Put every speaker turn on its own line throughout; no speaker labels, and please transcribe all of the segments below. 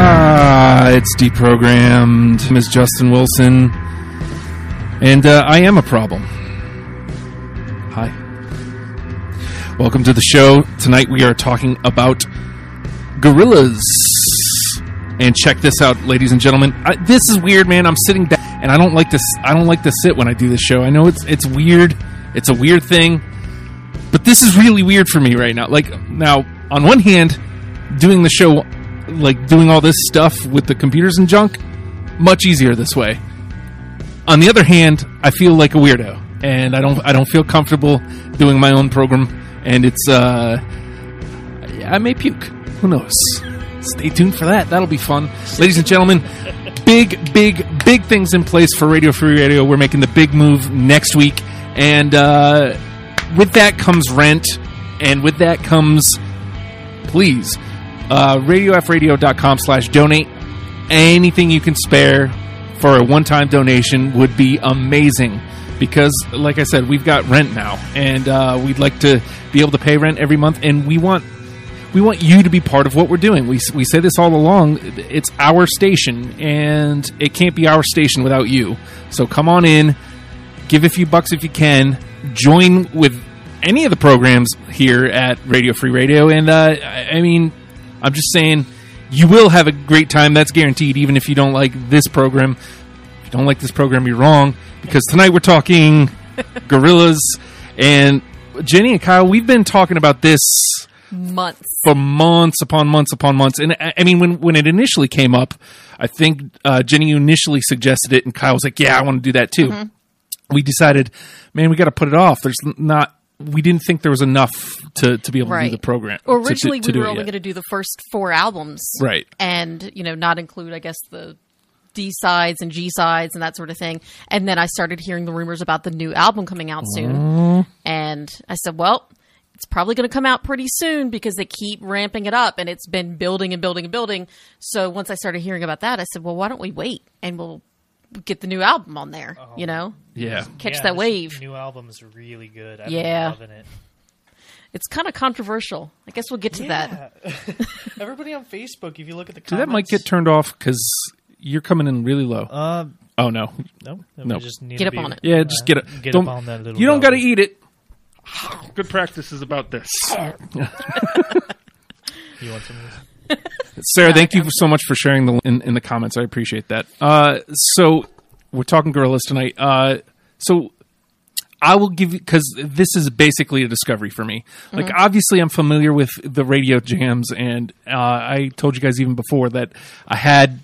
Ah, It's deprogrammed. Is Justin Wilson, and uh, I am a problem. Hi, welcome to the show. Tonight we are talking about gorillas. And check this out, ladies and gentlemen. I, this is weird, man. I'm sitting down, and I don't like this. I don't like to sit when I do this show. I know it's it's weird. It's a weird thing, but this is really weird for me right now. Like now, on one hand, doing the show, like doing all this stuff with the computers and junk, much easier this way. On the other hand, I feel like a weirdo, and I don't I don't feel comfortable doing my own program, and it's uh, I may puke. Who knows? Stay tuned for that. That'll be fun, ladies and gentlemen. Big, big, big things in place for Radio Free Radio. We're making the big move next week, and uh, with that comes rent, and with that comes please uh, radiofradio.com slash donate anything you can spare for a one-time donation would be amazing because like i said we've got rent now and uh, we'd like to be able to pay rent every month and we want we want you to be part of what we're doing we, we say this all along it's our station and it can't be our station without you so come on in give a few bucks if you can join with any of the programs here at radio free radio and uh, i I mean i'm just saying you will have a great time that's guaranteed even if you don't like this program if you don't like this program you're wrong because tonight we're talking gorillas and jenny and kyle we've been talking about this
months.
for months upon months upon months. And I I mean, when when it initially came up, I think uh, Jenny initially suggested it, and Kyle was like, "Yeah, I want to do that too."
Mm-hmm.
We decided, man, we got to put it off. There's not. We didn't think there was enough to, to be able to
Right.
do the program. to- to-
Originally,
to do
we were
it
only
yet.
going to do the first four albums,
Right.
And you know, not include, I guess, the D sides and G sides and that sort of thing. And then I started hearing the rumors about the new album coming out soon, and I said, well. It's probably going to come out pretty soon because they keep ramping it up and it's been building and building and building. So once I started hearing about that, I said, well, why don't we wait and we'll get the new album on there, you know?
Yeah,
Catch
Oh. Yeah,
that
this
wave.
New album's really good. I've
Yeah.
been loving it.
It's kind of controversial. I guess we'll get to that.
Everybody on Facebook, if you look at the
Dude,
comments,
that might get turned off because you're coming in really low.
Uh,
oh no,
no,
No.
We just need
Get
to
up
be-
on it.
yeah, just get it.
Get
don't,
up on that little.
You don't got
dog.
to eat it. Good practice is about this.
You want some of this?
Sarah, thank you so much for sharing the in, in the comments. I appreciate that. Uh, so we're talking gorillas tonight. Uh, so I will give you because this is basically a discovery for me. Like
Mm-hmm.
obviously, I'm familiar with the radio jams, and uh, I told you guys even before that I had,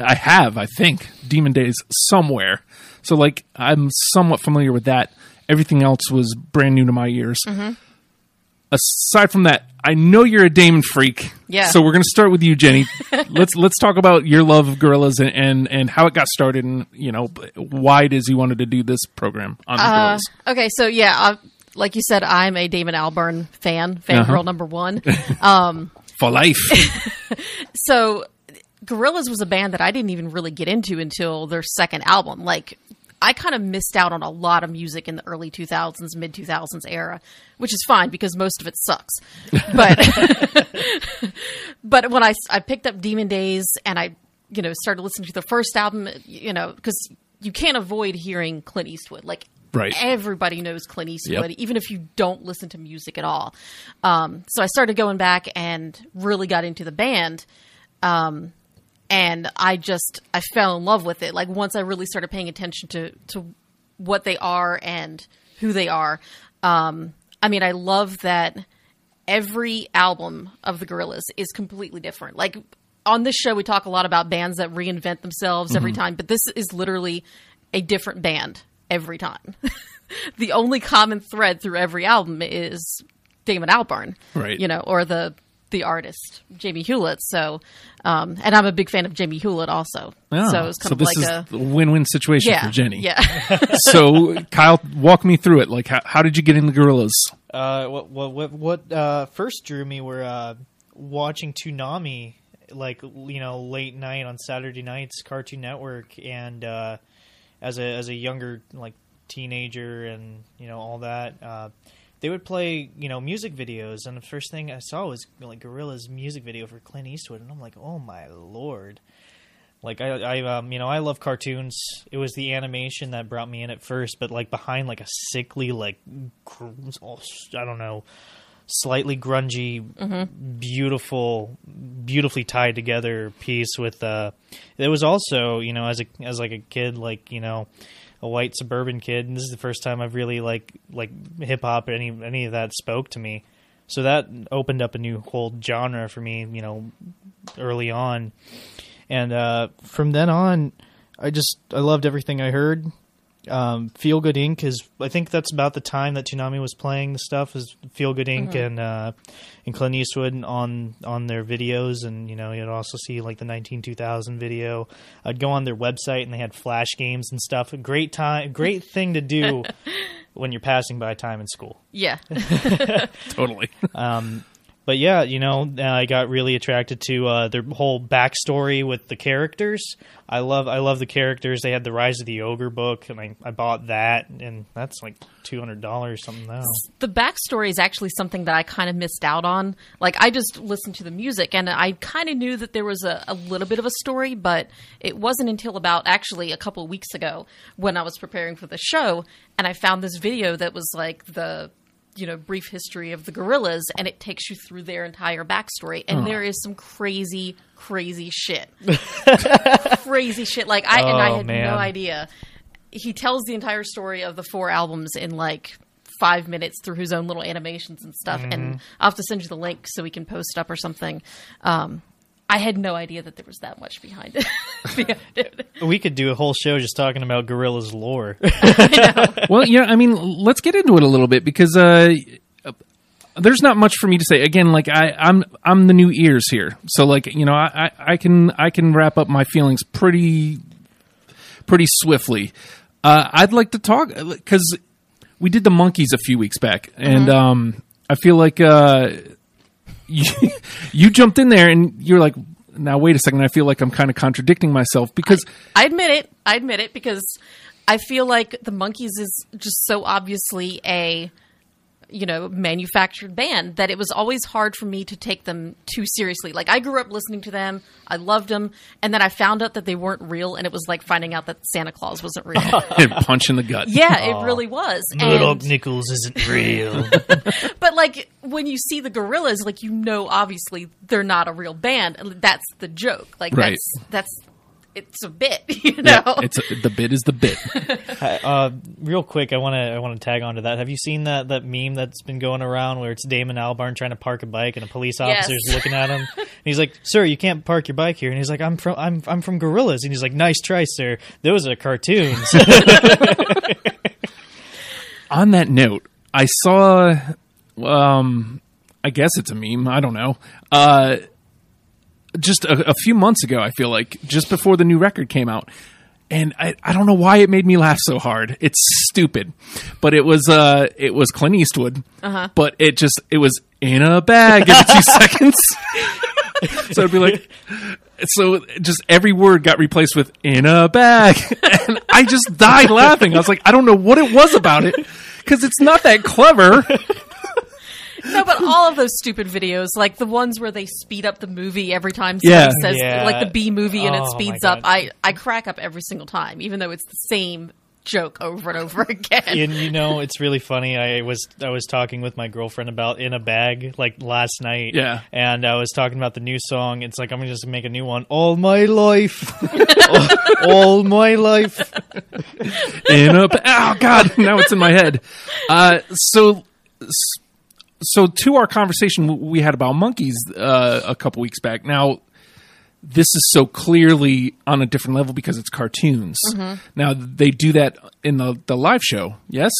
I have, I think, Demon Days somewhere. So like I'm somewhat familiar with that. Everything else was brand new to my ears
Mm-hmm.
aside from that, I know you're a Damon freak.
Yeah.
So we're gonna start with you, Jenny. let's let's talk about your love of gorillas and, and and how it got started, and you know why it is you wanted to do this program on the
Uh,
gorillas.
okay, so yeah, I, like you said, I'm a Damon Albarn fan, fangirl
Uh-huh.
number one.
for life.
so, Gorillaz was a band that I didn't even really get into until their second album. Like, I kind of missed out on a lot of music in the early 2000s, mid 2000s era, which is fine because most of it sucks. But but when I I picked up Demon Days and I you know started listening to the first album, you know, because you can't avoid hearing Clint Eastwood. Like
Right.
everybody knows Clint Eastwood,
Yep.
even if you don't listen to music at all. Um, so I started going back and really got into the band. Um, and I just I fell in love with it. Like once I really started paying attention to to what they are and who they are. Um, I mean, I love that every album of the Gorillas is completely different. Like on this show, we talk a lot about bands that reinvent themselves
Mm-hmm.
every time, but this is literally a different band every time. the only common thread through every album is Damon Albarn,
Right.
You know, or the the artist Jamie Hewlett. So, um, and I'm a big fan of Jamie Hewlett also.
Ah,
so it's kind
so
of
this
like
is
a
a win-win situation
yeah,
for Jenny.
yeah.
so Kyle, walk me through it. Like how, how did you get in the gorillas?
Uh, what what what, what uh, first drew me were uh, watching Toonami, like you know, late night on Saturday nights, Cartoon Network, and uh, as a as a younger like teenager and you know all that, uh, they would play you know music videos, and the first thing I saw was like Gorilla's music video for Clint Eastwood, and I'm like, oh my lord. Like I, I, um, you know, I love cartoons. It was the animation that brought me in at first, but like behind like a sickly, like gr- oh, I don't know, slightly grungy, beautiful, beautifully tied together piece with. Uh, it was also, you know, as a as like a kid, like you know, a white suburban kid, and this is the first time I've really like like hip hop any any of that spoke to me. So that opened up a new whole genre for me, you know, early on and uh, from then on, I just I loved everything I heard. Um, Feel Good Inc. is I think that's about the time that Toonami was playing the stuff is Feel Good Inc. and uh, and Clint Eastwood on on their videos, and you know you'd also see like the nineteen two thousand video. I'd go on their website and they had flash games and stuff. A great time, great thing to do when you're passing by time in school.
Yeah.
Totally.
But yeah, you know, I got really attracted to uh, their whole backstory with the characters. I love, I love the characters. They had the Rise of the Ogre book, and I, I bought that, and that's like two hundred dollars something now.
the backstory is actually something that I kind of missed out on. Like, I just listened to the music and I kind of knew that there was a, a little bit of a story, but it wasn't until about actually a couple of weeks ago when I was preparing for the show and I found this video that was like the, you know, brief history of the gorillas and it takes you through their entire backstory. And there is some crazy, crazy shit. crazy shit. Like, I, and I
Oh,
had
man.
no idea he tells the entire story of the four albums in like five minutes through his own little animations and stuff.
Mm-hmm.
And I'll have to send you the link so we can post up or something. Um, I had no idea that there was that much behind it. Behind it.
We could do a whole show just talking about Gorilla's lore.
well, yeah, I mean, let's get into it a little bit because uh, there's not much for me to say. Again, like I, I'm I'm the new ears here, so like you know, I, I, I can I can wrap up my feelings pretty pretty swiftly. Uh, I'd like to talk because we did the monkeys a few weeks back, and um, I feel like uh, you, you jumped in there and you're like. Now wait a second. I feel like I'm kind of contradicting myself because
I admit it. I admit it because I feel like the monkeys is just so obviously a you know manufactured band that it was always hard for me to take them too seriously. Like I grew up listening to them, I loved them, and then I found out that they weren't real, and it was like finding out that Santa Claus wasn't real.
punch in the gut.
yeah, it really was.
Murdoch
And,
Nichols isn't real.
but like when you see the gorillas, like you know, obviously they're not a real band. That's the joke. Like
Right.
that's that's it's a bit, you know.
Yeah, it's the bit is the bit.
uh, real quick, I want to I want to tag onto that. Have you seen that that meme that's been going around where it's Damon Albarn trying to park a bike and a police
Yes.
officer's looking at him and he's like, "Sir, you can't park your bike here." And he's like, "I'm from I'm I'm from Gorillas." And he's like, "Nice try, sir. Those are cartoons."
On that note, I saw, um, I guess it's a meme. I don't know. Uh, just a, a few months ago, I feel like just before the new record came out, and I, I don't know why it made me laugh so hard. It's stupid, but it was uh, it was Clint Eastwood, but it just it was in a bag in two seconds. so it'd be like, so just every word got replaced with in a bag and i just died laughing i was like i don't know what it was about it because it's not that clever
No, but all of those stupid videos, like the ones where they speed up the movie every time
Yeah.
somebody says,
Yeah.
like the B movie and
Oh,
it
my
speeds
God.
up, I, I crack up every single time, even though it's the same joke over and over again.
and you know, it's really funny. I was I was talking with my girlfriend about in a bag like last night.
Yeah.
and I was talking about the new song. It's like I'm gonna just make a new one. All my life, all, all my life.
in a ba- oh god now it's in my head uh, so so to our conversation w- we had about monkeys uh, a couple weeks back now this is so clearly on a different level because it's cartoons now they do that in the, the live show yes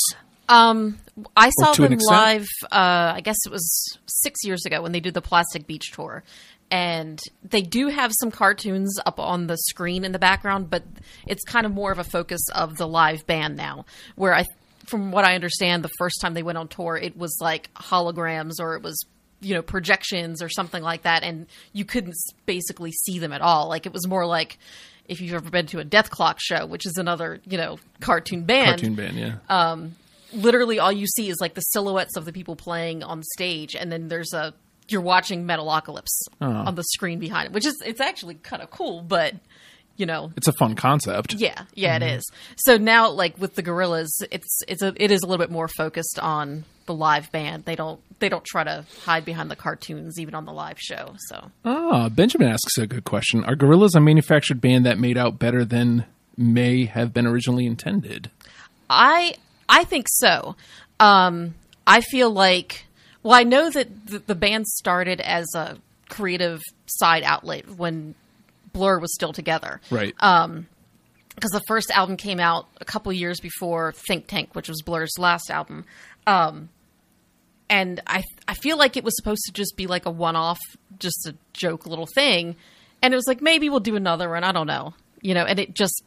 Um, I saw
to an
them
extent.
live. Uh, I guess it was six years ago when they did the Plastic Beach tour, and they do have some cartoons up on the screen in the background, but it's kind of more of a focus of the live band now. Where I, from what I understand, the first time they went on tour, it was like holograms or it was you know projections or something like that, and you couldn't s- basically see them at all. Like it was more like. If you've ever been to a Death Clock show, which is another, you know, cartoon band,
cartoon band yeah
literally all you see is like the silhouettes of the people playing on stage and then there's a you're watching metalocalypse on the screen behind it which is it's actually kind of cool but you know
It's a fun concept.
yeah yeah it is so now like with the gorillas it's it's a it is a little bit more focused on the live band they don't they don't try to hide behind the cartoons even on the live show so
Ah, Benjamin asks a good question. Are gorillas a manufactured band that made out better than may have been originally intended?
I I think so. Um, I feel like well, I know that the, the band started as a creative side outlet when Blur was still together
Right.
because the first album came out a couple years before Think Tank, which was Blur's last album. Um, and I I feel like it was supposed to just be like a one off, just a joke little thing, and it was like maybe we'll do another one. I don't know, you know, and it just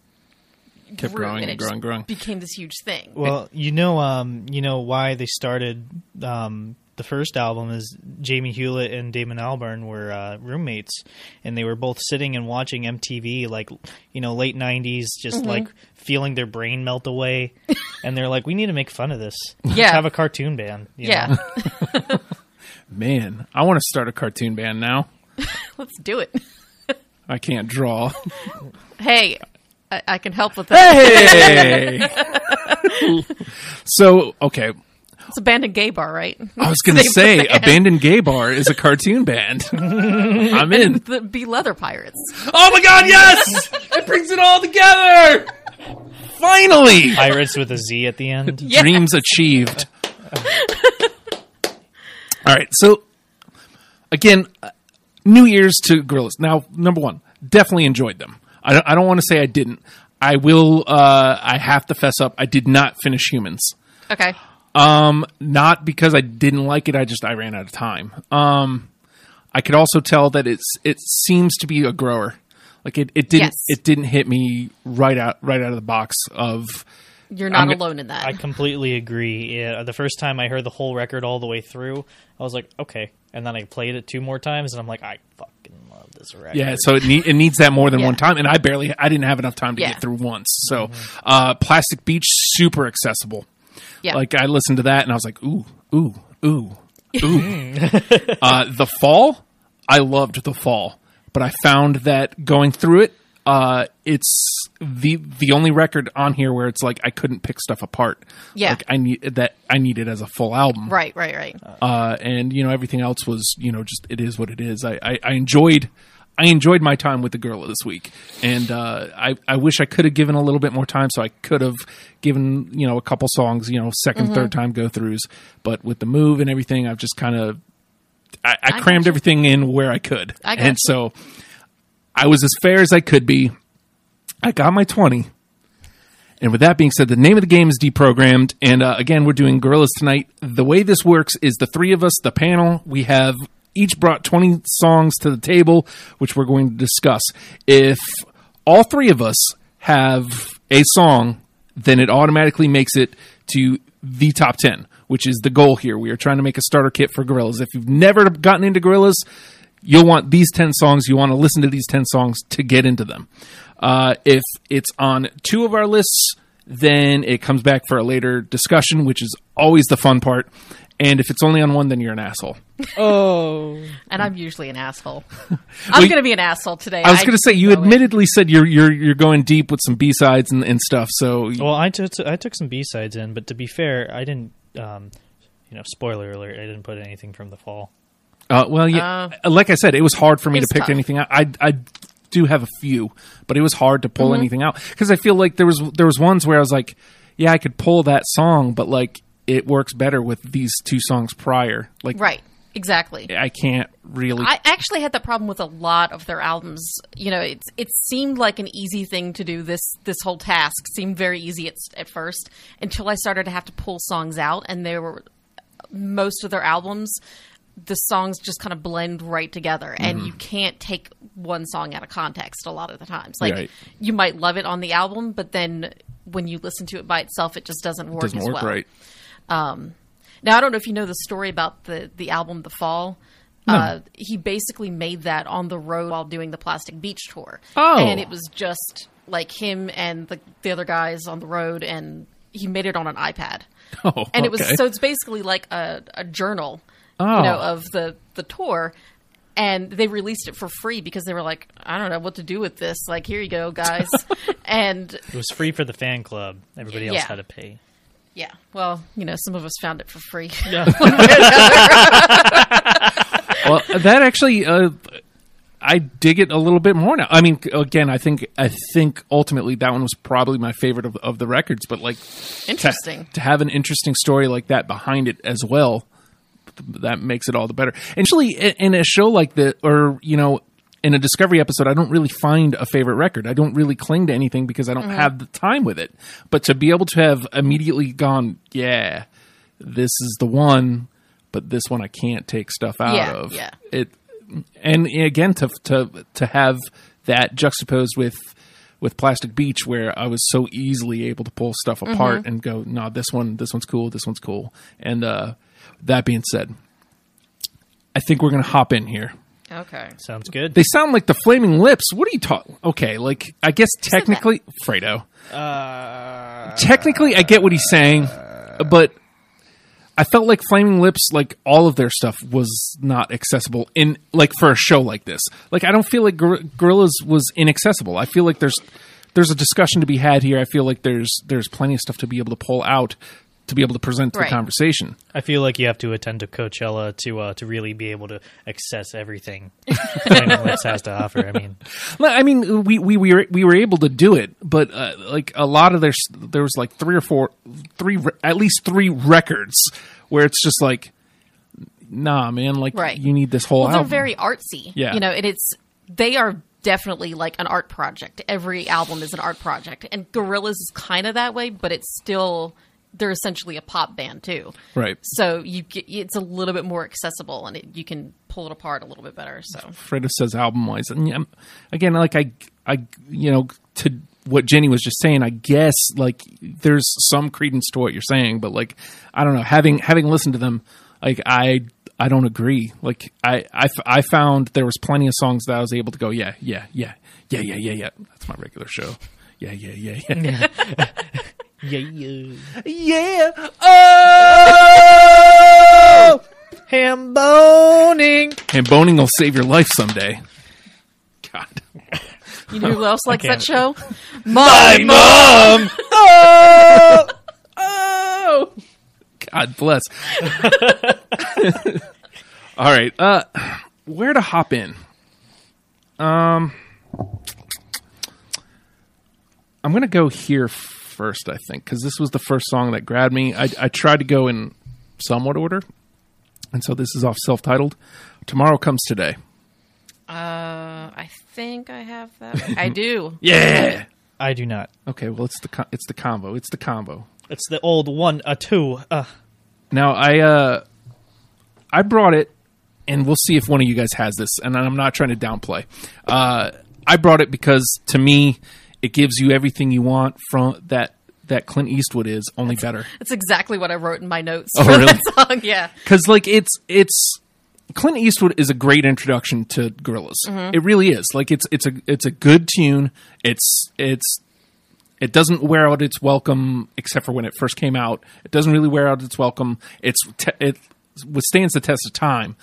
Kept
grew,
growing and
it
growing,
just
growing.
became this huge thing.
Well, you know, um, you know why they started um, the first album is Jamie Hewlett and Damon Albarn were uh, roommates, and they were both sitting and watching MTV, like you know, late '90s, just
Mm-hmm.
like feeling their brain melt away, and they're like, "We need to make fun of this.
Yeah.
Let's have a cartoon band." you
yeah,
know?
Man, I want to start a cartoon band now.
let's do it.
I can't draw.
Hey, I, I can help with that.
Hey! so, okay.
It's abandoned gay bar, right?
I was going to
Same
say,
band.
Abandoned Gay Bar is a cartoon band. I'm in.
The be leather pirates.
Oh my god, yes! It brings it all together! Finally!
Pirates with a Z at the end.
Yes.
Dreams achieved. all right, so again, uh, New Year's to Gorillas. Now, number one, definitely enjoyed them. I don't, I don't want to say I didn't. I will. Uh, I have to fess up. I did not finish Humans.
Okay.
Um, not because I didn't like it. I just I ran out of time. Um, I could also tell that it's it seems to be a grower. Like it, it didn't
Yes.
it didn't hit me right out right out of the box of
You're not
I'm g-
alone in that.
I completely agree. Yeah, the first time I heard the whole record all the way through, I was like, "Okay," and then I played it two more times, and I'm like, "I fucking love this record."
Yeah, so it, need, it needs that more than
Yeah.
one time, and I barely, I didn't have enough time to
Yeah.
get through once. So, uh, Plastic Beach, super accessible.
yeah.
Like I listened to that, and I was like, ooh, ooh, ooh, ooh. uh, the Fall, I loved The Fall, but I found that going through it, uh, it's the the only record on here where it's like I couldn't pick stuff apart.
Yeah.
like I need that I need it as a full album
right. Right. Right.
uh, and you know everything else was you know just it is what it is. I, I, I enjoyed I enjoyed my time with the gorilla this week, and uh, I I wish I could have given a little bit more time, so I could have given you know a couple songs, you know 2nd third time go throughs. But with the move and everything, I've just kind of I, I crammed
gotcha.
everything in where I could,
I
and
gotcha.
so I was as fair as I could be. I got my twenty. And with that being said, the name of the game is deprogrammed. And uh, again, we're doing Gorillas tonight. The way this works is the three of us, the panel, we have each brought 20 songs to the table, which we're going to discuss. If all three of us have a song, then it automatically makes it to the top 10, which is the goal here. We are trying to make a starter kit for Gorillas. If you've never gotten into Gorillas, you'll want these 10 songs. You want to listen to these 10 songs to get into them. Uh, if it's on two of our lists, then it comes back for a later discussion, which is always the fun part. And if it's only on one, then you're an asshole.
Oh.
And I'm usually an asshole. I'm
you-
going to be an asshole today.
I was going to say you
know it.
admittedly said you're you're you're going deep with some B sides and, and stuff. So
Well, I took I took some B sides in, but to be fair, I didn't. Um, you know, spoiler alert: I didn't put anything from the fall.
Uh, well, yeah. like I said, it was hard for me to
It's
pick
tough.
anything out. I, I do have a few, but it was hard to
Mm-hmm.
pull anything out because I feel like there was there was ones where I was like, yeah, I could pull that song, but like it works better with these two songs prior. Like,
Right. Exactly.
I can't really.
I actually had that problem with a lot of their albums. You know, it it seemed like an easy thing to do. This this whole task seemed very easy at, at first until I started to have to pull songs out, and they were most of their albums. The songs just kind of blend right together, and
Mm-hmm.
you can't take one song out of context a lot of the times. Like
Right.
you might love it on the album, but then when you listen to it by itself, it just doesn't work
doesn't
as
work
well.
right.
Now I don't know if you know the story about the the album The Fall. Uh, he basically made that on the road while doing the Plastic Beach tour.
Oh.
and it was just like him and the the other guys on the road, and he made it on an iPad.
Oh,
and it was
okay.
so it's basically like a, a journal,
Oh.
you know, of the the tour. and they released it for free because they were like, I don't know what to do with this. Like, here you go, guys. and
It was free for the fan club. Everybody else
Yeah.
had to pay.
yeah, well, you know, some of us found it for free.
well, that actually, uh, I dig it a little bit more now. I mean, again, I think I think ultimately that one was probably my favorite of, of the records. But like, to,
Interesting.
to have an interesting story like that behind it as well, th- that makes it all the better. And usually, i- in a show like the, or you know, in a Discovery episode, I don't really find a favorite record. I don't really cling to anything because I don't have the time with it. But to be able to have immediately gone, yeah, this is the one, but this one I can't take stuff out
Yeah,
of.
yeah.
It and again to to to have that juxtaposed with with Plastic Beach where I was so easily able to pull stuff
Mm-hmm.
apart and go, nah, this one this one's cool, this one's cool. And uh that being said, I think we're gonna hop in here.
okay.
Sounds good.
They sound like the Flaming Lips. What are you talking? Okay, like I guess technically, Fredo.
uh,
Technically, I get what he's saying, but I felt like Flaming Lips, like all of their stuff, was not accessible in like for a show like this. Like I don't feel like Gor- Gorillas was inaccessible. I feel like there's there's a discussion to be had here. I feel like there's there's plenty of stuff to be able to pull out to be able to present to
Right.
the conversation.
I feel like you have to attend to Coachella to uh, to really be able to access everything Flaming Lips has to offer. I mean,
Well, I mean, we, we we were we were able to do it, but uh, like a lot of there's there was like three or four, three re- at least three records where it's just like, nah, man, like
Right.
you need this whole
Well, they're
album.
very artsy.
Yeah.
You know, and it's they are definitely like an art project. Every album is an art project, and Gorillaz is kind of that way, but it's still they're essentially a pop band too.
right,
So you get it's a little bit more accessible, and it, you can pull it apart a little bit better. So
Fredo says album wise, and yeah, again, like I I you know to what Jenny was just saying, I guess like there's some credence to what you're saying, but like I don't know, having having listened to them, like I. I don't agree. Like I, I, f- I found there was plenty of songs that I was able to go, yeah, yeah, yeah, yeah, yeah, yeah, yeah. That's my regular show. Yeah, yeah, yeah, yeah,
yeah, yeah.
yeah. Oh,
ham boning.
and boning will save your life someday. God.
you know who else likes
can't.
that show? My mom.
oh, oh. God bless. All right. Uh, where to hop in? Um, I'm gonna go here first, I think, because this was the first song that grabbed me. I, I tried to go in somewhat order, and so this is off self-titled. Tomorrow comes today.
Uh, I think I have that. one. I do.
Yeah.
I do not.
Okay. Well, it's the co- it's the combo. It's the combo.
It's the old one, a two. Uh,
Now I uh I brought it and we'll see if one of you guys has this and I'm not trying to downplay. Uh I brought it because to me it gives you everything you want from that that Clint Eastwood is only better.
That's exactly what I wrote in my notes
Oh,
for that
really?
song. Yeah.
Cuz like it's it's Clint Eastwood is a great introduction to Gorillas. It really is. Like it's it's a it's a good tune. It's it's it doesn't wear out its welcome, except for when it first came out. It doesn't really wear out its welcome. It's te- it withstands the test of time.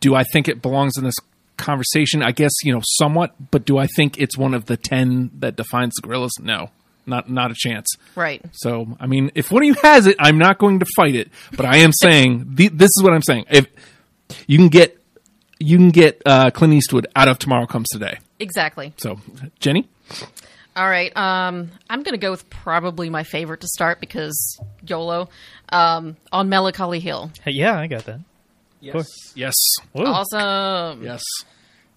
Do I think it belongs in this conversation? I guess you know somewhat, but do I think it's one of the ten that defines the gorillas? No, not not a chance.
Right.
So I mean, if one of you has it, I'm not going to fight it, but I am saying the, this is what I'm saying. If you can get you can get uh, Clint Eastwood out of Tomorrow Comes Today.
Exactly.
So Jenny,
All right. Um, I'm going to go with probably my favorite to start because YOLO um, on Melancholy Hill.
yeah, I got that. Yes.
yes,
Whoa,
Awesome.
yes.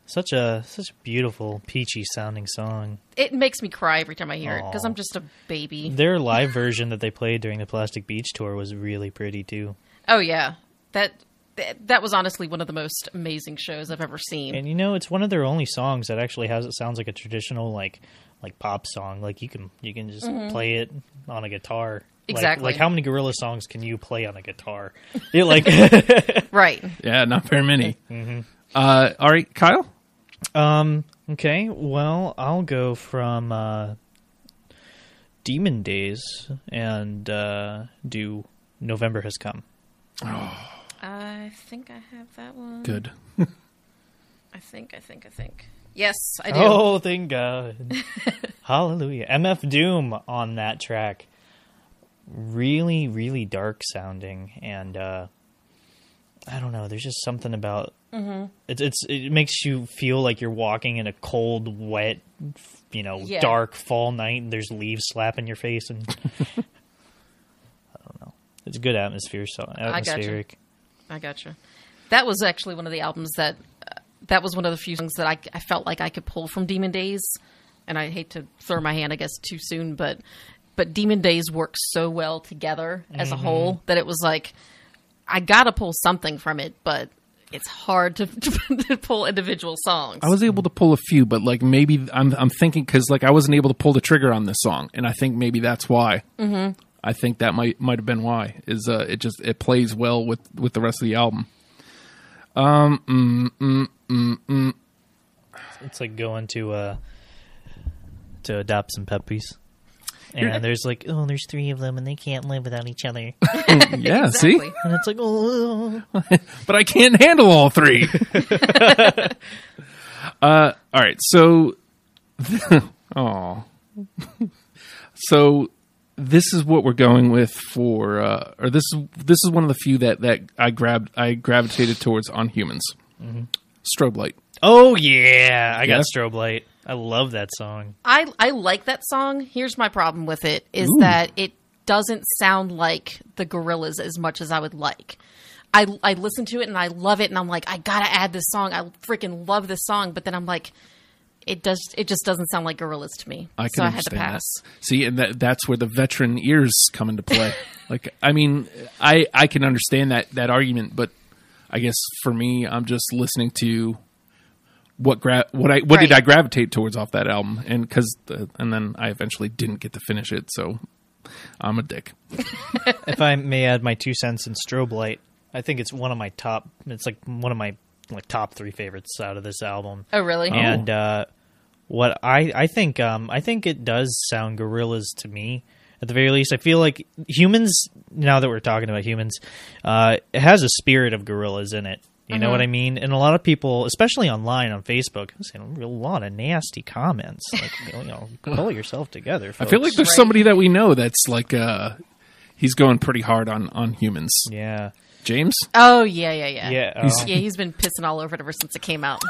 such a such a beautiful peachy sounding song.
It makes me cry every time I hear it because
Aw.
I'm just a baby.
Their live version that they played during the Plastic Beach tour was really pretty too.
Oh, yeah. That. that- That was honestly one of the most amazing shows I've ever seen.
And you know, it's one of their only songs that actually has it sounds like a traditional like like pop song. Like you can you can just play it on a guitar. Like-
Exactly.
Like, how many gorilla songs can you play on a guitar? You're like
Right.
Yeah, not very many. Uh, all right, Kyle.
Um. Okay. Well, I'll go from uh, Demon Days and uh, do November has come.
I think I have that one.
Good.
I think, I think, I think. Yes, I do.
Oh, thank God. Hallelujah. MF Doom on that track. Really, really dark sounding. And uh, I don't know. There's just something about
Mm-hmm.
it, it's, it makes you feel like you're walking in a cold, wet, f- you know,
Yeah.
dark fall night and there's leaves slapping your face. And I don't know. It's a good atmosphere. So
gotcha.
atmospheric.
I gotcha. That was actually one of the albums that uh, that was one of the few songs that I, I felt like I could pull from Demon Days, and I hate to throw my hand, I guess, too soon, but but Demon Days works so well together as a
Mm-hmm.
whole that it was like I gotta pull something from it, but it's hard to, to pull individual songs.
I was able to pull a few, but like maybe I'm I'm thinking because like I wasn't able to pull the trigger on this song, and I think maybe that's why. Mm-hmm. I think that might might have been why is uh, it just it plays well with with the rest of the album.
It's like going to uh to adopt some puppies. And there's like, oh, there's three of them, and they can't live without each other.
Yeah, see,
Exactly.
And it's like, oh,
but I can't handle all three. uh, all right, so oh, so this is what we're going with for, uh, or this is this is one of the few that that I grabbed I gravitated towards on humans. Strobe light.
oh yeah, I
Yeah.
got strobe light. I love that song.
I I like that song. Here's my problem with it is
Ooh.
that it doesn't sound like the Gorillas as much as I would like. I I listen to it and I love it and I'm like I gotta add this song. I freaking love this song, but then I'm like, it does it just doesn't sound like Gorillas to me.
I can
so I had to
understand
pass.
that. See, and that, that's where the veteran ears come into play. like, I mean, I I can understand that that argument, but I guess for me, I'm just listening to what gra- what I what did
Right.
I gravitate towards off that album, and because and then I eventually didn't get to finish it, so I'm a dick.
if I may add my two cents in strobe light, I think it's one of my top. It's like one of my like top three favorites out of this album.
Oh really?
and uh, what I I think um, I think it does sound gorillas to me at the very least. I feel like humans now that we're talking about humans, uh, it has a spirit of gorillas in it. You know
Mm-hmm.
what I mean? And a lot of people, especially online on Facebook, I'm seeing a real lot of nasty comments. Like, you know, pull yourself together.
I feel like
folks.
there's
Right.
somebody that we know that's like uh, he's going pretty hard on on humans.
yeah,
James,
Oh yeah yeah yeah
yeah. uh,
yeah. He's been pissing all over it ever since it came out.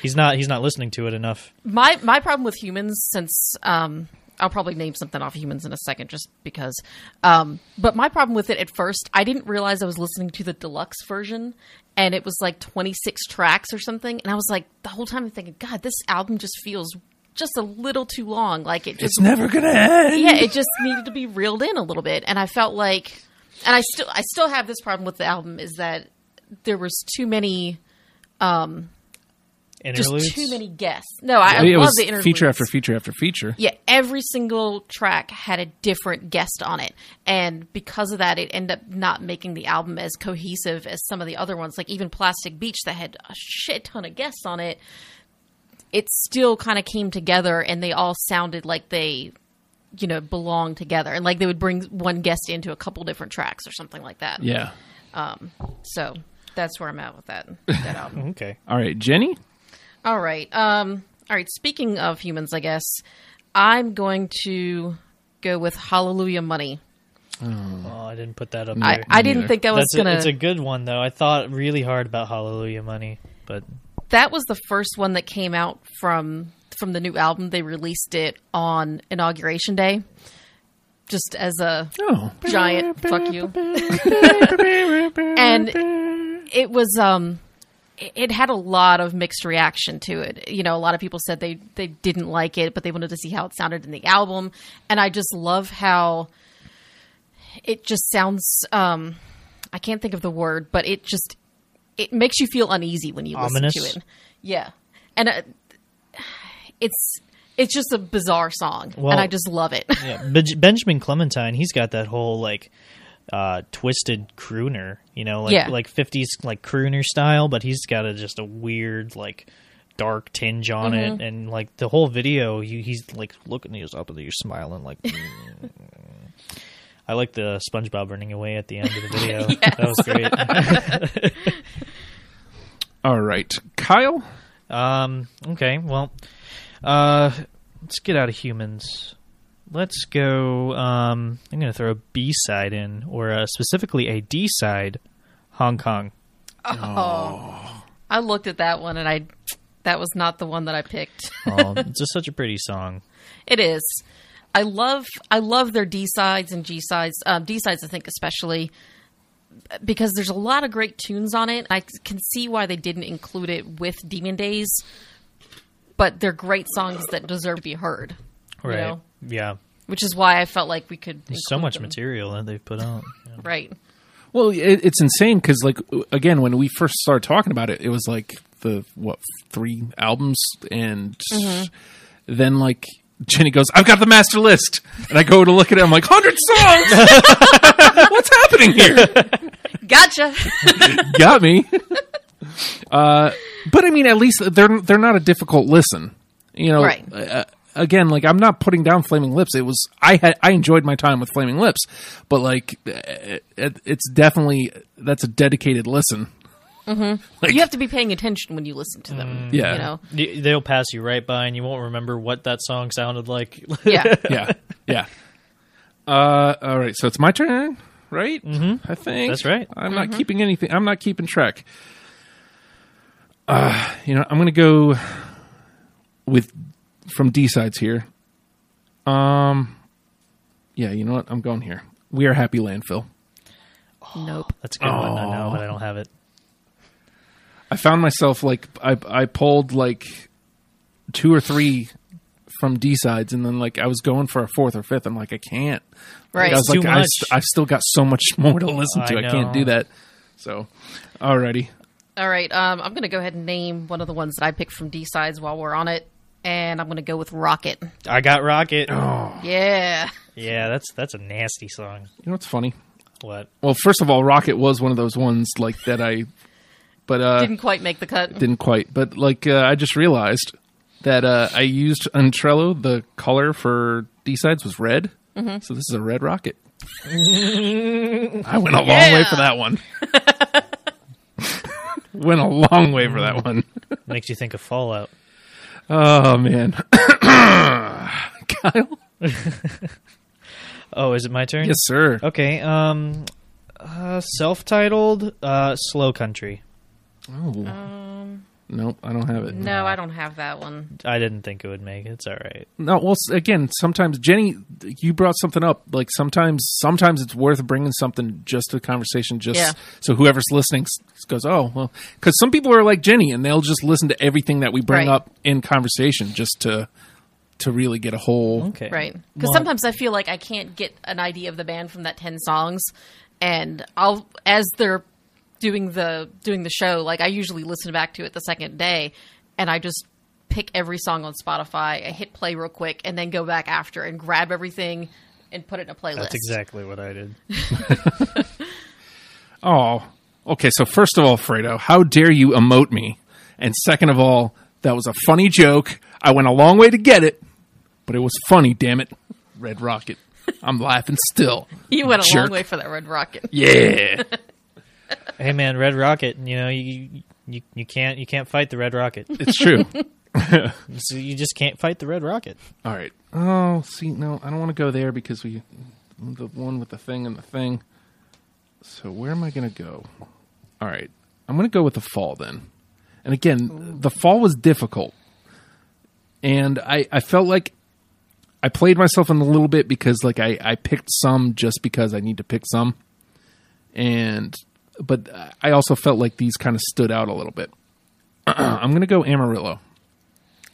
he's not he's not listening to it enough.
my my problem with humans since um I'll probably name something off humans in a second just because um but my problem with it at first I didn't realize I was listening to the deluxe version and it was like 26 tracks or something and I was like the whole time I'm thinking god this album just feels just a little too long like it just
it's never gonna end.
yeah, it just needed to be reeled in a little bit, and I felt like, and I still, I still have this problem with the album is that there was too many,
Interludes.
just too many guests. No, I, I
Oh, it
love
was
the interview
feature after feature after feature.
yeah, every single track had a different guest on it. And because of that, it ended up not making the album as cohesive as some of the other ones, like even Plastic Beach that had a shit ton of guests on it. It still kind of came together and they all sounded like they, you know, belonged together. And like they would bring one guest into a couple different tracks or something like that.
Yeah.
So that's where I'm at with that, that album.
Okay.
All right, Jenny.
All right. Um, all right. Speaking of humans, I guess I'm going to go with Hallelujah Money.
Oh, I didn't put that up
I,
there.
I didn't
neither.
think I was
That's a,
gonna.
it's a good one though. I thought really hard about Hallelujah Money, but
that was the first one that came out from from the new album. They released it on inauguration day, just as a
Oh,
giant fuck you. and it was um it- it had a lot of mixed reaction to it. You know, a lot of people said they they didn't like it, but they wanted to see how it sounded in the album. And I just love how it just sounds um I can't think of the word, but it just it makes you feel uneasy when you
Ominous?
listen to it. Yeah. And uh, it's it's just a bizarre song
Well-
and I just love it.
yeah, Benj- Benjamin Clementine, he's got that whole like uh twisted crooner, you know, like
Yeah.
like 50s like crooner style, but he's got a just a weird like dark tinge on it and like the whole video he, he's like looking at you up and you're smiling like mm. I like the SpongeBob running away at the end of the video. That was great.
All right, Kyle.
Um, okay, well, uh, let's get out of humans. Let's go. Um, I'm going to throw a B side in, or uh, specifically a D side, Hong Kong.
I looked at that one and I that was not the one that I picked.
Oh, it's just such a pretty song.
It is. I love I love their D sides and G sides. Um, D sides, I think, especially because there's a lot of great tunes on it. I c- can see why they didn't include it with Demon Days, but they're great songs that deserve to be heard. you
Right.
know?
Yeah.
Which is why I felt like we could
There's so
include
much
them.
material that they've put out. Yeah.
Right.
Well, it, it's insane because, like, again, when we first started talking about it, it was like the what three albums, and
Mm-hmm.
then like Jenny goes, "I've got the master list," and I go to look at it. I'm like, hundred songs. What's happening here?
Gotcha.
Got me. Uh, but I mean, at least they're they're not a difficult listen. You know,
Right.
uh, again, like I'm not putting down Flaming Lips. It was I had I enjoyed my time with Flaming Lips, but like it, it- it's definitely that's a dedicated listen.
you have to be paying attention when you listen to them.
Mm.
Yeah.
You know.
Y- They'll pass you right by, and you won't remember what that song sounded like.
Yeah.
yeah, yeah. Uh, all right, so it's my turn, right? Mm-hmm. I think
That's right. Mm-hmm.
I'm not keeping anything. I'm not keeping track. Uh, you know, I'm gonna go with from D sides here. Um, yeah, you know what? I'm going here. We are happy landfill.
nope.
That's a good one. I know, but I don't have it.
I found myself like I I pulled like two or three from D sides, and then like I was going for a fourth or fifth. I'm like, I can't. Like,
Right.
I was
Too
like, I
much.
st- I've still got so much more to listen to.
I
I, can't
know.
do that. So, alrighty.
All right. Um, I'm going to go ahead and name one of the ones that I picked from D sides while we're on it, and I'm going to go with Rocket.
I got Rocket.
Oh. Yeah.
Yeah, that's that's a nasty song.
You know what's funny?
What?
Well, first of all, Rocket was one of those ones like that I, but uh,
Didn't quite make the cut.
didn't quite. But like uh, I just realized that uh, I used on Trello the color for D sides was red,
Mm-hmm.
so this is a red rocket. I went a long way
Yeah.
for that one. went a long way for that one.
Makes you think of Fallout.
Oh man, Kyle.
Oh, is it my turn?
Yes, sir.
Okay. Um, uh, self-titled uh, slow country.
Oh. nope, I don't have it.
No, I don't have that one.
I didn't think it would make it. It's all right.
Mm-hmm.
No, well, s- again, sometimes Jenny, you brought something up. Like sometimes, sometimes it's worth bringing something just to the conversation, just
Yeah.
so whoever's listening s- goes, "Oh, well," because some people are like Jenny, and they'll just listen to everything that we bring
Right.
up in conversation just to to really get a whole.
Okay.
Right. Because
Well-
sometimes I feel like I can't get an idea of the band from that ten songs, and I'll as they're doing the doing the show, like I usually listen back to it the second day, and I just pick every song on Spotify. I hit play real quick, and then go back after and grab everything and put it in a playlist.
That's exactly what I did.
Oh, okay. So first of all, Fredo, how dare you emote me? And second of all, that was a funny joke. I went a long way to get it, but it was funny. Damn it, Red Rocket. I'm laughing still.
You went a
Jerk.
long way for that Red Rocket.
Yeah.
hey, man, Red Rocket. You know you. You, you can't you can't fight the red rocket.
It's true.
So you just can't fight the red rocket.
All right. Oh, see, no, I don't want to go there because we the one with the thing and the thing. So where am I going to go? All right. I'm going to go with the fall then. And again, the fall was difficult. And I I felt like I played myself in a little bit because like I I picked some just because I need to pick some. And but I also felt like these kind of stood out a little bit. I'm going to go Amarillo.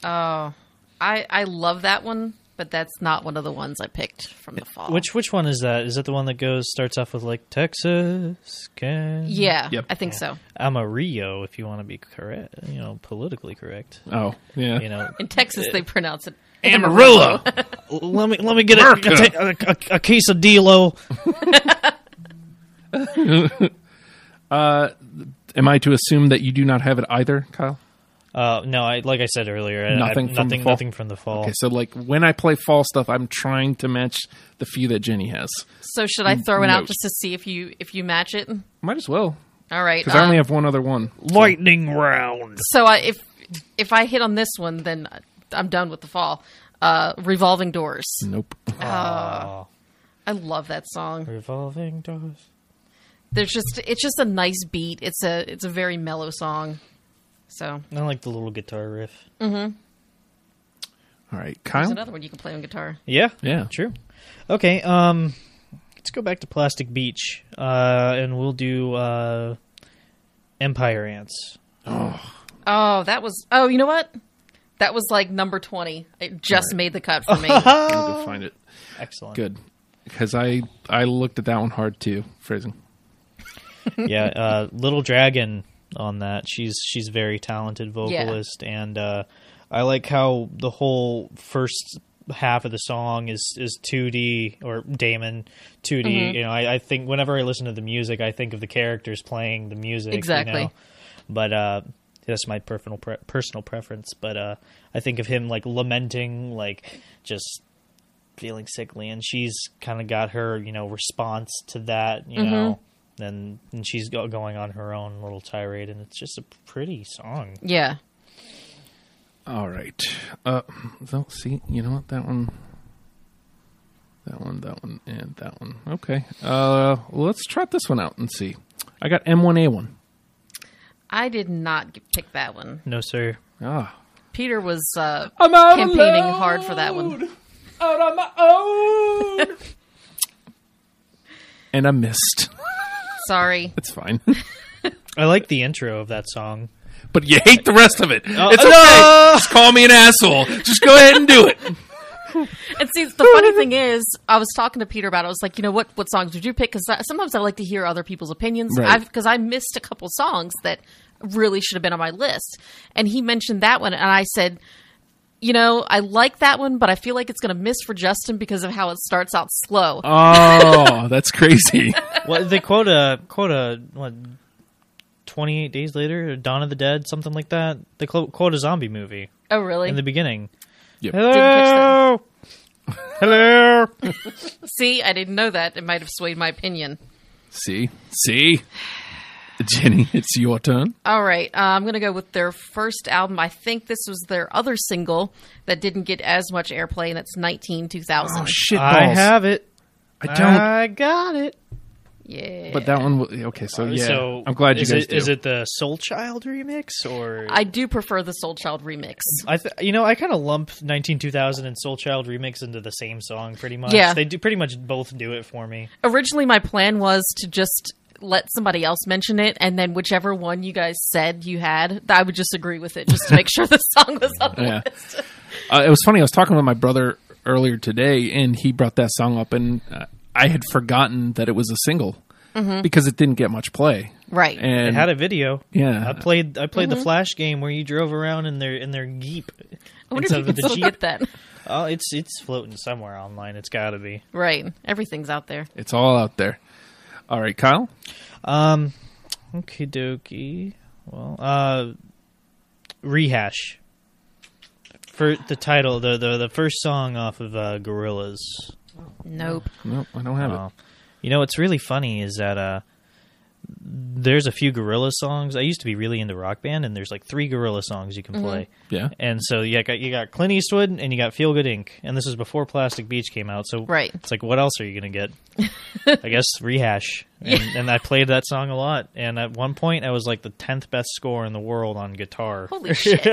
I I love that one, but that's not one of the ones I picked from the fall.
Which which one is that? Is that the one that goes starts off with like Texas? Can...
Yeah,
Yep.
I think so.
Amarillo, if you want to be correct, you know, politically correct.
Oh, yeah.
You know,
In Texas, they pronounce it.
Amarillo.
let me let me get
America.
a, a, a, a case of Dilo.
Am I to assume that you do not have it either, Kyle?
Uh, no, I like I said earlier, I- I-
Nothing from the
nothing,
fall?
nothing from the fall.
Okay, so like when I play fall stuff, I'm trying to match the few that Jenny has.
So should I throw it
Note.
out just to see if you if you match it?
Might as well.
All right. uh,
because I only have one other one.
Lightning round.
so I, if if I hit on this one, then I'm done with the fall. Uh, Revolving Doors.
Nope.
uh, Aw.
I love that song.
revolving doors.
There's just it's just a nice beat. It's a it's a very mellow song. So
I like the little guitar riff.
All right,
there's
Kyle.
another one you can play on guitar.
Yeah,
Yeah.
true. Okay, um, let's go back to Plastic Beach, uh, and we'll do uh, Empire Ants.
Oh, that was oh you know what? That was like number twenty. It just made the cut for me.
I'm gonna go find it.
Excellent.
Good, because I I looked at that one hard too. Phrasing.
yeah, uh, Little Dragon on that. She's she's very talented vocalist, and uh, I like how the whole first half of the song is is 2D or Damon 2D. You know, I, I think whenever I listen to the music, I think of the characters playing the music. you
Exactly.
know? But uh, that's my personal pre- personal preference. But uh, I think of him like lamenting, like just feeling sickly and she's kind of got her you know response to that you know and, and she's go- going on her own little tirade and it's just a pretty song
Yeah.
All right. Uh, so see, you know what? That one, that one, that one, and that one. Okay. Uh, let's trot this one out and see. I got M1A1.
I did not g- pick that one.
no sir
Ah,
Peter was uh,
I'm out
campaigning hard for that one.
Out on my own. and I missed.
Sorry.
It's fine.
i like the intro of that song
But you hate the rest of it. it's okay.
Uh, no!
Just call me an asshole. Just go ahead and do it.
And see, the funny thing is, I was talking to Peter about it. I was like, you know, what what songs did you pick? Because sometimes I like to hear other people's opinions.
Right.
Because I missed a couple songs that really should have been on my list. And he mentioned that one, and I said, you know, I like that one, but I feel like it's going to miss for Justin because of how it starts out slow.
Uh, Oh, that's crazy.
well they quote a quote a what 28 days later or dawn of the dead something like that they clo- quote a zombie movie
oh, really?
in the beginning
Yep.
hello hello
see, I didn't know that. It might have swayed my opinion.
See? See? Jenny, it's your turn.
All right, uh, I'm going to go with their first album. I think this was their other single that didn't get as much airplay, and that's 19 2000.
Oh, shit balls.
i have it
I don't.
i got it
yeah.
but that one, will- okay, so yeah.
Uh, so
I'm glad you
is
guys
it,
do.
is it the soul child remix or
I do prefer the Soul Child remix.
I th- you know I kind of lump 19 2000 and Soul Child remix into the same song pretty much.
Yeah.
they do pretty much both do it for me.
Originally, my plan was to just let somebody else mention it, and then whichever one you guys said you had, I would just agree with it just to make sure the song was on the
Yeah.
list.
Uh, it was funny. I was talking with my brother earlier today, and he brought that song up, and uh, I had forgotten that it was a single because it didn't get much play.
Right.
And
It had a video.
yeah,
I played I played
Mm-hmm.
the Flash game where you drove around in their in their Jeep.
I wonder if you
instead
can
of the
still
Jeep.
get that.
Oh, it's it's floating somewhere online. It's got to be.
Right. Everything's out there.
it's all out there. All right, Kyle.
Um okay dokie. Well, uh rehash for the title, the the, the first song off of uh Gorillas.
Nope.
No, I don't have
Oh. You know what's really funny is that uh, there's a few gorilla songs. I used to be really into Rock Band, and there's like three gorilla songs you can play.
it. Yeah,
And so you got you got Clint Eastwood and you got Feel Good Inc. And this was before Plastic Beach came out, so
Right.
It's like what else are you gonna get? I guess rehash. And, and I played that song a lot. And at one point, I was like the tenth best score in the world on guitar.
Holy shit.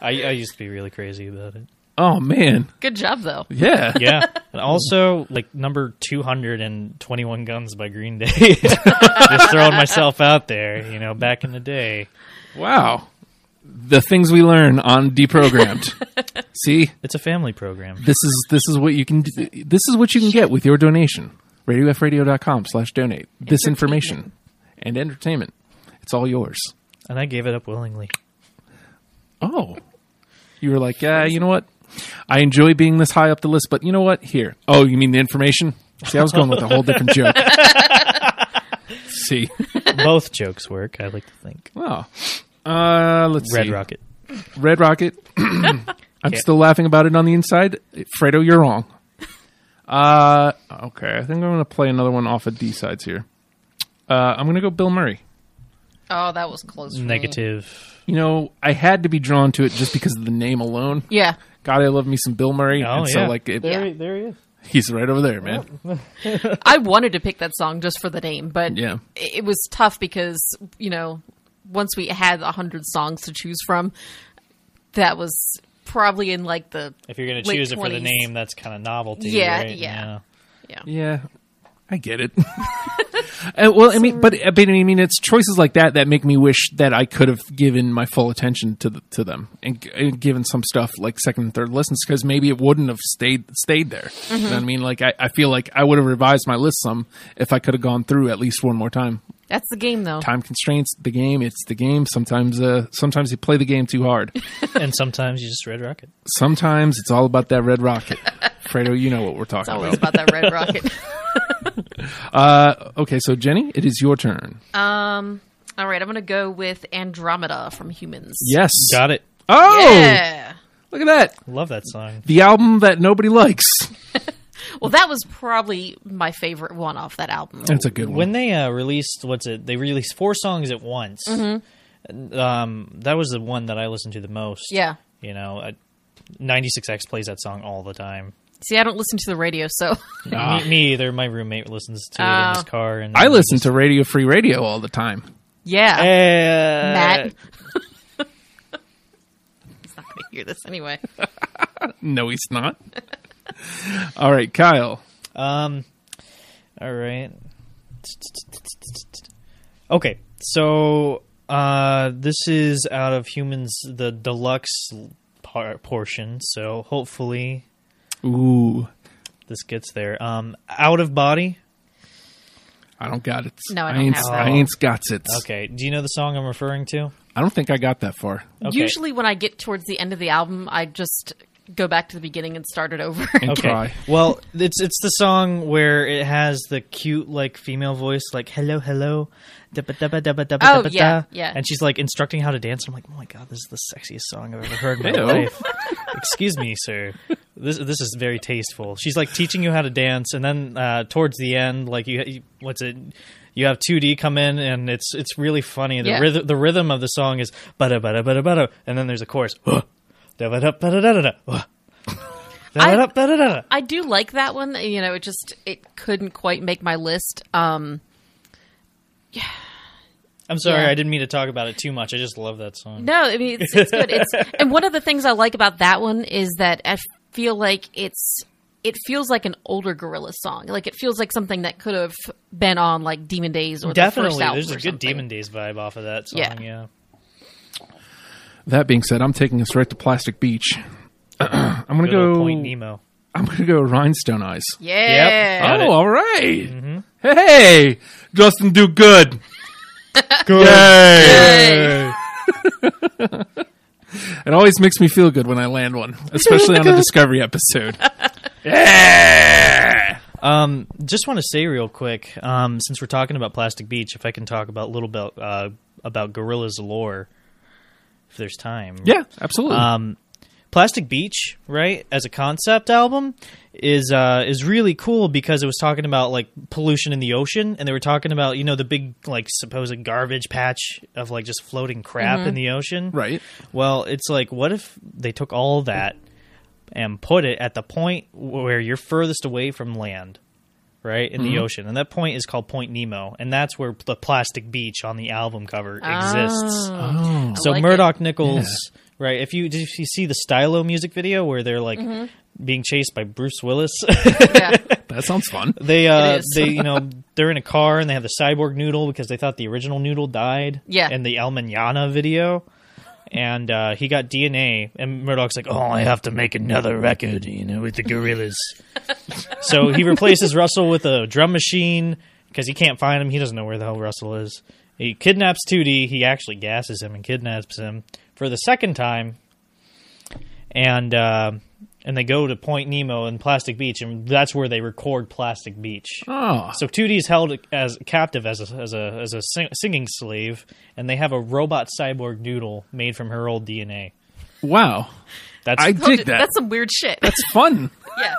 I, I used to be really crazy about it.
Oh man,
Good job, though.
yeah.
Yeah, and also like number two hundred and Twenty One Guns by Green Day. Just throwing myself out there, you know, back in the day.
Wow, the things we learn on deprogrammed. See,
It's a family program.
this is this is what you can do, this is what you can get with your donation. RadioFradio.com slash donate. This information and entertainment. It's all yours.
And I gave it up willingly.
Oh. You were like, yeah, you know what? I enjoy being this high up the list, but you know what? Here. Oh, you mean the information? See, I was going with a whole different joke. see.
Both jokes work, I like to think.
Oh. Uh, let's
Red
see.
Rocket.
Red Rocket. I'm
Yeah.
still laughing about it on the inside. Fredo, you're wrong. Uh, okay, I think I'm going to play another one off of D sides here. Uh, I'm going to go Bill Murray.
Oh, that was close. for me.
Negative.
You know, I had to be drawn to it just because of the name alone.
Yeah.
God, I love me some Bill Murray.
Oh,
and so,
yeah.
like, it,
There, he- there he is.
he's right over there, man.
I wanted to pick that song just for the name, but
Yeah.
it it was tough because, you know, once we had a 100 songs to choose from, that was probably in like the
If you're gonna
Late
choose it for the
20s.
name, that's kind of novelty.
Yeah,
right?
yeah.
Yeah, I get it. Uh, well, I mean, but, but I mean, it's choices like that that make me wish that I could have given my full attention to the, to them and, g- and given some stuff like second and third listens because maybe it wouldn't have stayed stayed there. You know what I mean, like I, I feel like I would have revised my list some if I could have gone through at least one more time.
That's the game though.
Time constraints, the game, it's the game. Sometimes, uh, sometimes you play the game too hard.
and sometimes you just red rocket.
Sometimes it's all about that red rocket. Fredo, you know what we're
It's
talking
always
about.
about that red rocket.
Uh, okay, so Jenny, it is your turn.
All right, I'm going to go with Andromeda from Humans.
Yes.
Got it.
Oh,
Yeah.
look at that.
Love that song.
The album that nobody likes.
Well, that was probably my favorite one off that album.
That's a good one.
When they uh, released, what's it? They released four songs at once. Um, that was the one that I listened to the most.
Yeah.
You know, I, 96X plays that song all the time.
See, I don't listen to the radio, so
Me, me either. My roommate listens to it in his car, and
Ah. I listen to Radio Free Radio all the time.
yeah.
Uh,
Matt. He's not going to hear this anyway.
No, he's not. all right, Kyle.
Um. All right. Okay. So uh, this is out of humans the deluxe par- portion. So hopefully
Ooh,
this gets there. Um, out of body.
I don't got it.
No, I don't
ain't,
have
I
it.
ain't got it.
Okay. Do you know the song I'm referring to?
I don't think I got that far.
Okay.
Usually, when I get towards the end of the album, I just go back to the beginning and start it over.
And
Okay.
try.
Well, it's it's the song where it has the cute like female voice like hello hello, dabba dabba dabba dabba
Oh,
dabba
yeah,
da.
yeah.
and she's like instructing how to dance. I'm like, oh my god, this is the sexiest song I've ever heard in my
Ew.
life. Excuse me, sir. This this is very tasteful. She's like teaching you how to dance, and then uh, towards the end, like you, you what's it. You have 2D come in and it's it's really funny. The
Yeah.
rhythm the rhythm of the song is bada bada bada bada, and then there's a chorus. Da ba da ba da da da da. Da ba da ba da da da.
I do like that one. You know, it just it couldn't quite make my list. Um,
I'm sorry,
Yeah.
I didn't mean to talk about it too much. I just love that song.
no, I mean it's, it's good. It's and one of the things I like about that one is that I feel like it's it feels like an older Gorilla song. Like it feels like something that could have been on like Demon Days or The
Definitely,
first album
there's a
or
good
something.
Demon Days vibe off of that song.
Yeah.
Yeah,
That being said, I'm taking us right to Plastic Beach. I'm gonna
Good old
go.
Point Nemo.
I'm gonna go Rhinestone Eyes.
Yeah.
Got
oh,
it. Mm-hmm.
all right. Hey, Justin, do good. good. Yay. it always makes me feel good when I land one, especially on a Discovery episode. yeah.
Um, just want to say real quick, um, since we're talking about Plastic Beach, if I can talk about a little bit uh, about Gorilla's lore, if there's time.
Yeah, absolutely.
Um, Plastic Beach, right, as a concept album, is uh, is really cool because it was talking about like pollution in the ocean, and they were talking about you know the big like supposed garbage patch of like just floating crap in the ocean.
Mm-hmm. right.
Well, it's like what if they took all that and put it at the point where you're furthest away from land, right, in the ocean, and that point is called Point Nemo, and that's where the plastic beach on the album cover exists.
Oh.
So
like it.
Murdoch Nichols, right? If you if you see the Stylo music video where they're like
Mm-hmm.
being chased by Bruce Willis,
yeah.
That sounds fun.
they
It
uh
is.
they you know they're in a car and they have the cyborg noodle because they thought the original noodle died.
Yeah.
In the El Manana video. And uh, he got DNA, and Murdoch's like, "Oh, I have to make another record, you know, with the gorillas." so he replaces Russell with a drum machine because he can't find him. He doesn't know where the hell Russell is. He kidnaps 2D. He actually gasses him and kidnaps him for the second time and uh, and they go to Point Nemo and Plastic Beach, and that's where they record Plastic Beach.
Oh.
So 2D is held as captive as a, as a as a sing- singing slave, and they have a robot cyborg noodle made from her old DNA.
Wow.
That's
I dig that.
That's some weird shit.
That's fun.
yeah.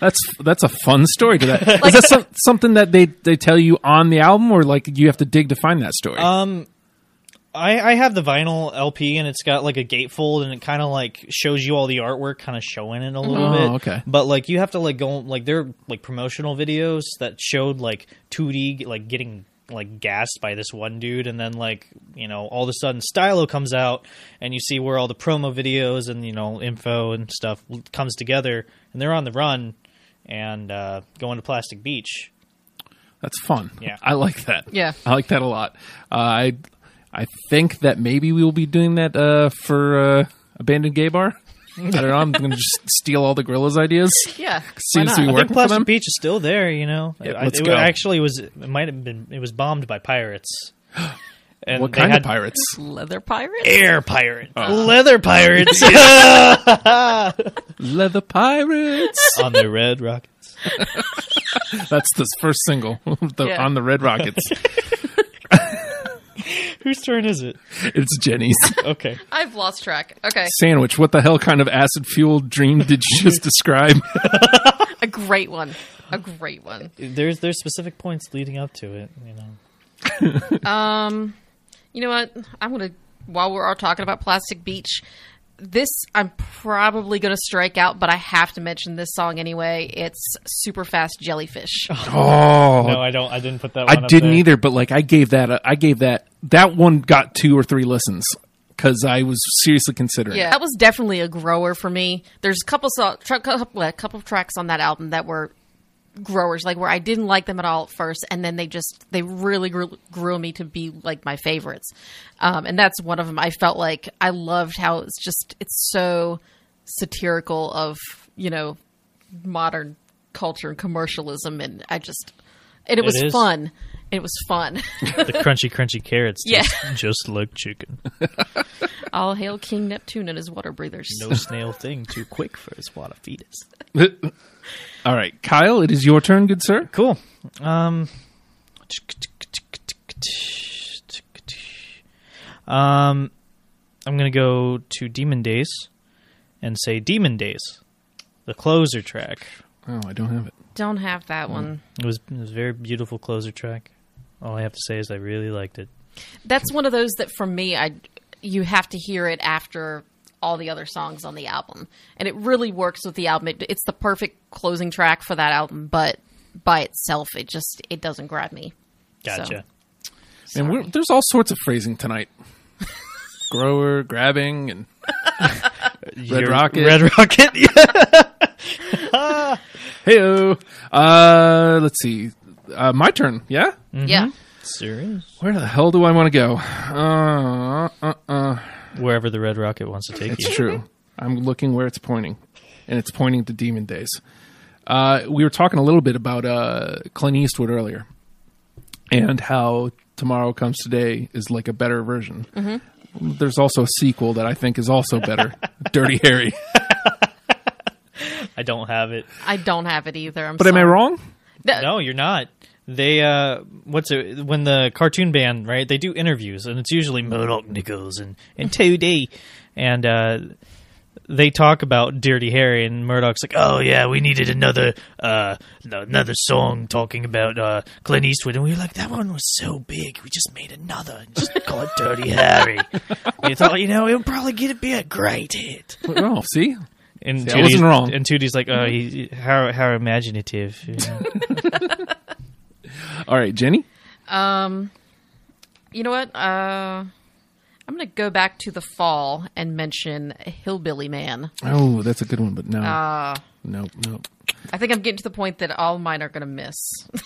That's that's a fun story. To that is that some, something that they they tell you on the album, or like you have to dig to find that story?
Um, I, I have the vinyl LP and it's got like a gatefold and it kind of like shows you all the artwork, kind of showing it a little
Oh,
bit.
okay.
But like you have to like go like they're like promotional videos that showed like 2D like getting like gassed by this one dude and then like you know all of a sudden stylo comes out and you see where all the promo videos and you know info and stuff comes together and they're on the run and uh going to plastic beach
That's fun.
Yeah.
I like that.
Yeah.
I like that a lot. Uh, I I think that maybe we will be doing that uh, for uh, abandoned gay bar. I don't know. I'm going to just steal all the gorillas' ideas.
Yeah.
Seems
Why
to be
not?
I think
working for them.
Plastic Beach is still there. You know,
Yeah,
I-
let's
it
go.
actually was. It might have been. It was bombed by pirates. And
What
they
kind
had
of Oh. pirates?
Leather pirates?
Air pirates, leather pirates
Leather pirates.
on the red rockets.
That's the first single the,
Yeah.
on the Red Rockets.
Whose turn is it?
it's Jenny's
Okay,
I've lost track. Okay.
sandwich. What the hell kind of acid fueled dream did you just describe?
A great one. A great one.
there's there's specific points leading up to it. You know,
You know what? I'm going to, while we're all talking about Plastic Beach, this I'm probably going to strike out, but I have to mention this song anyway. It's Super Fast Jellyfish.
oh,
no, I don't. I didn't put that. One
I
up
didn't
there.
either, but like I gave that, a, I gave that, that one got two or three listens because I was seriously considering.
Yeah, that was definitely a grower for me. There's a couple so, tr- couple, a couple of tracks on that album that were growers, like where I didn't like them at all at first, and then they just they really grew, grew me to be like my favorites. Um, and that's one of them. I felt like I loved how it's just it's so satirical of you know modern culture and commercialism, and I just and it was
is.
fun. It was fun.
The crunchy, crunchy carrots.
Yeah.
Just, just like chicken.
all hail King Neptune and his water breathers.
No snail thing too quick for his wad of fetus.
Yeah. All right, Kyle, it is your turn, good sir.
Cool. Um, um, I'm gonna go to Demon Days and say Demon Days, the closer track.
Oh, I don't have it.
Don't have that one.
It was it was a very beautiful closer track. All I have to say is I really liked it.
that's one of those that for me i you have to hear it after all the other songs on the album and it really works with the album it, it's the perfect closing track for that album but by itself it just it doesn't grab me
Gotcha.
And we're, there's all sorts of phrasing tonight. Grower, grabbing, and Red Rocket.
Red Rocket. Yeah.
heyo. Uh, let's see. Uh, my turn. Yeah.
yeah
Serious.
Where the hell do I want to go? Uh, uh, uh.
Wherever the Red Rocket wants to take you.
It's true. I'm looking where it's pointing, and it's pointing to Demon Days. Uh, we were talking a little bit about uh, Clint Eastwood earlier, and how Tomorrow Comes Today is like a better version. There's also a sequel that I think is also better, Dirty Harry.
I don't have it.
i don't have it either i'm
But am I wrong?
No, you're not. They uh what's it when the cartoon band, right? They do interviews and it's usually Modoc Nichols and and Toadie and uh they talk about Dirty Harry and Murdoch's like, "Oh yeah, we needed another uh no- another song talking about uh Clint Eastwood." And we were like, "That one was so big. We just made another and just call it Dirty Harry." we thought, you know, it would probably get be a great hit.
oh, see,
And
See, I wasn't
Tootie's-
wrong.
And Tootie's like, "Oh, he how how imaginative." you know?
all right, Jenny.
you know what uh i'm gonna go back to the fall and mention hillbilly man
Oh, that's a good one, but no, no, no.
i think i'm getting to the point that all mine are gonna miss
Oh.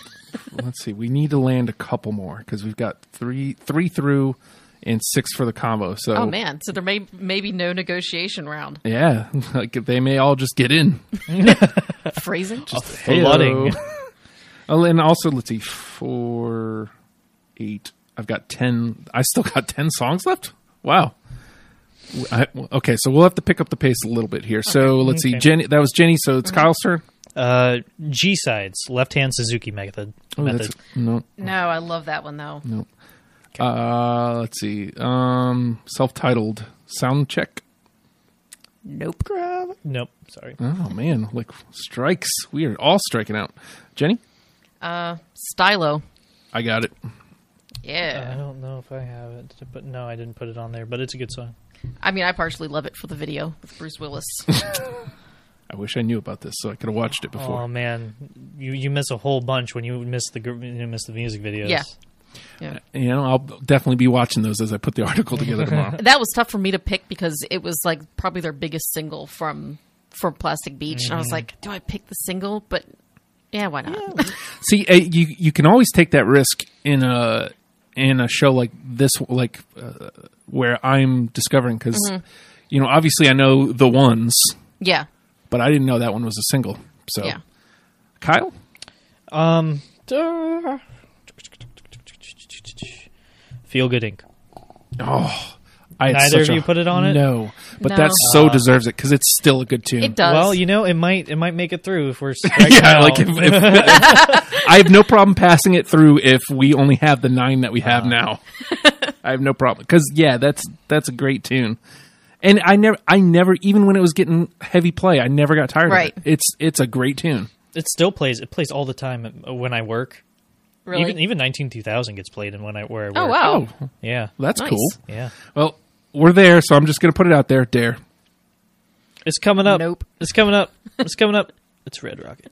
Let's see. We need to land a couple more because we've got three, three through, and six for the combo. So,
oh man so there may maybe no negotiation round
yeah, like they may all just get in.
phrasing
flooding.
oh, and also let's see, four, eight. I've got ten. I still got ten songs left. Wow. I, okay, so we'll have to pick up the pace a little bit here. So let's see,
Okay. Mm-hmm.
Jenny. That was Jenny. So it's Kyle's turn.
Uh, G sides, left hand Suzuki method.
Oh,
method.
that's no.
no i love that one though
Uh, let's see. Um, self-titled sound check.
Nope.
Grav- Nope. Sorry.
Oh man, like strikes. We are all striking out. Jenny,
Stylo.
I got it.
Yeah.
I don't know if I have it, but no, I didn't put it on there. But it's a good song.
I mean, I partially love it for the video with Bruce Willis.
I wish I knew about this so I could have watched it before.
Oh man, you you miss a whole bunch when you miss the gr- you miss the music videos.
Yeah. yeah.
you know, I'll definitely be watching those as I put the article together tomorrow.
That was tough for me to pick because it was like probably their biggest single from from Plastic Beach, and I
Mm-hmm.
was like, do I pick the single? But yeah, why not?
See, uh, you you can always take that risk in a in a show like this, like uh, where I'm discovering because
Mm-hmm.
you know obviously I know the ones,
yeah.
but I didn't know that one was a single. So,
Yeah.
Kyle,
Um. Feel good ink.
oh, I had
Neither
such
of
a-
you put it on it? Oh.
No, but
No.
that so deserves it because it's still a good tune.
It does.
Well, you know, it might it might make it through if we're
Yeah,
out.
like if, if, if- I have no problem passing it through if we only have the nine that we have now. I have no problem because yeah, that's that's a great tune, and I never, I never, even when it was getting heavy play, I never got tired
Right.
of it. It's it's a great tune.
it still plays. It plays all the time when I work.
really.
Even even nineteen two thousand gets played in when I where I work.
oh wow.
Yeah.
That's
Nice.
cool.
Yeah.
Well, we're there, so I'm just gonna put it out there. Dare
It's coming up.
Nope.
It's coming up. It's coming up. It's Red Rocket.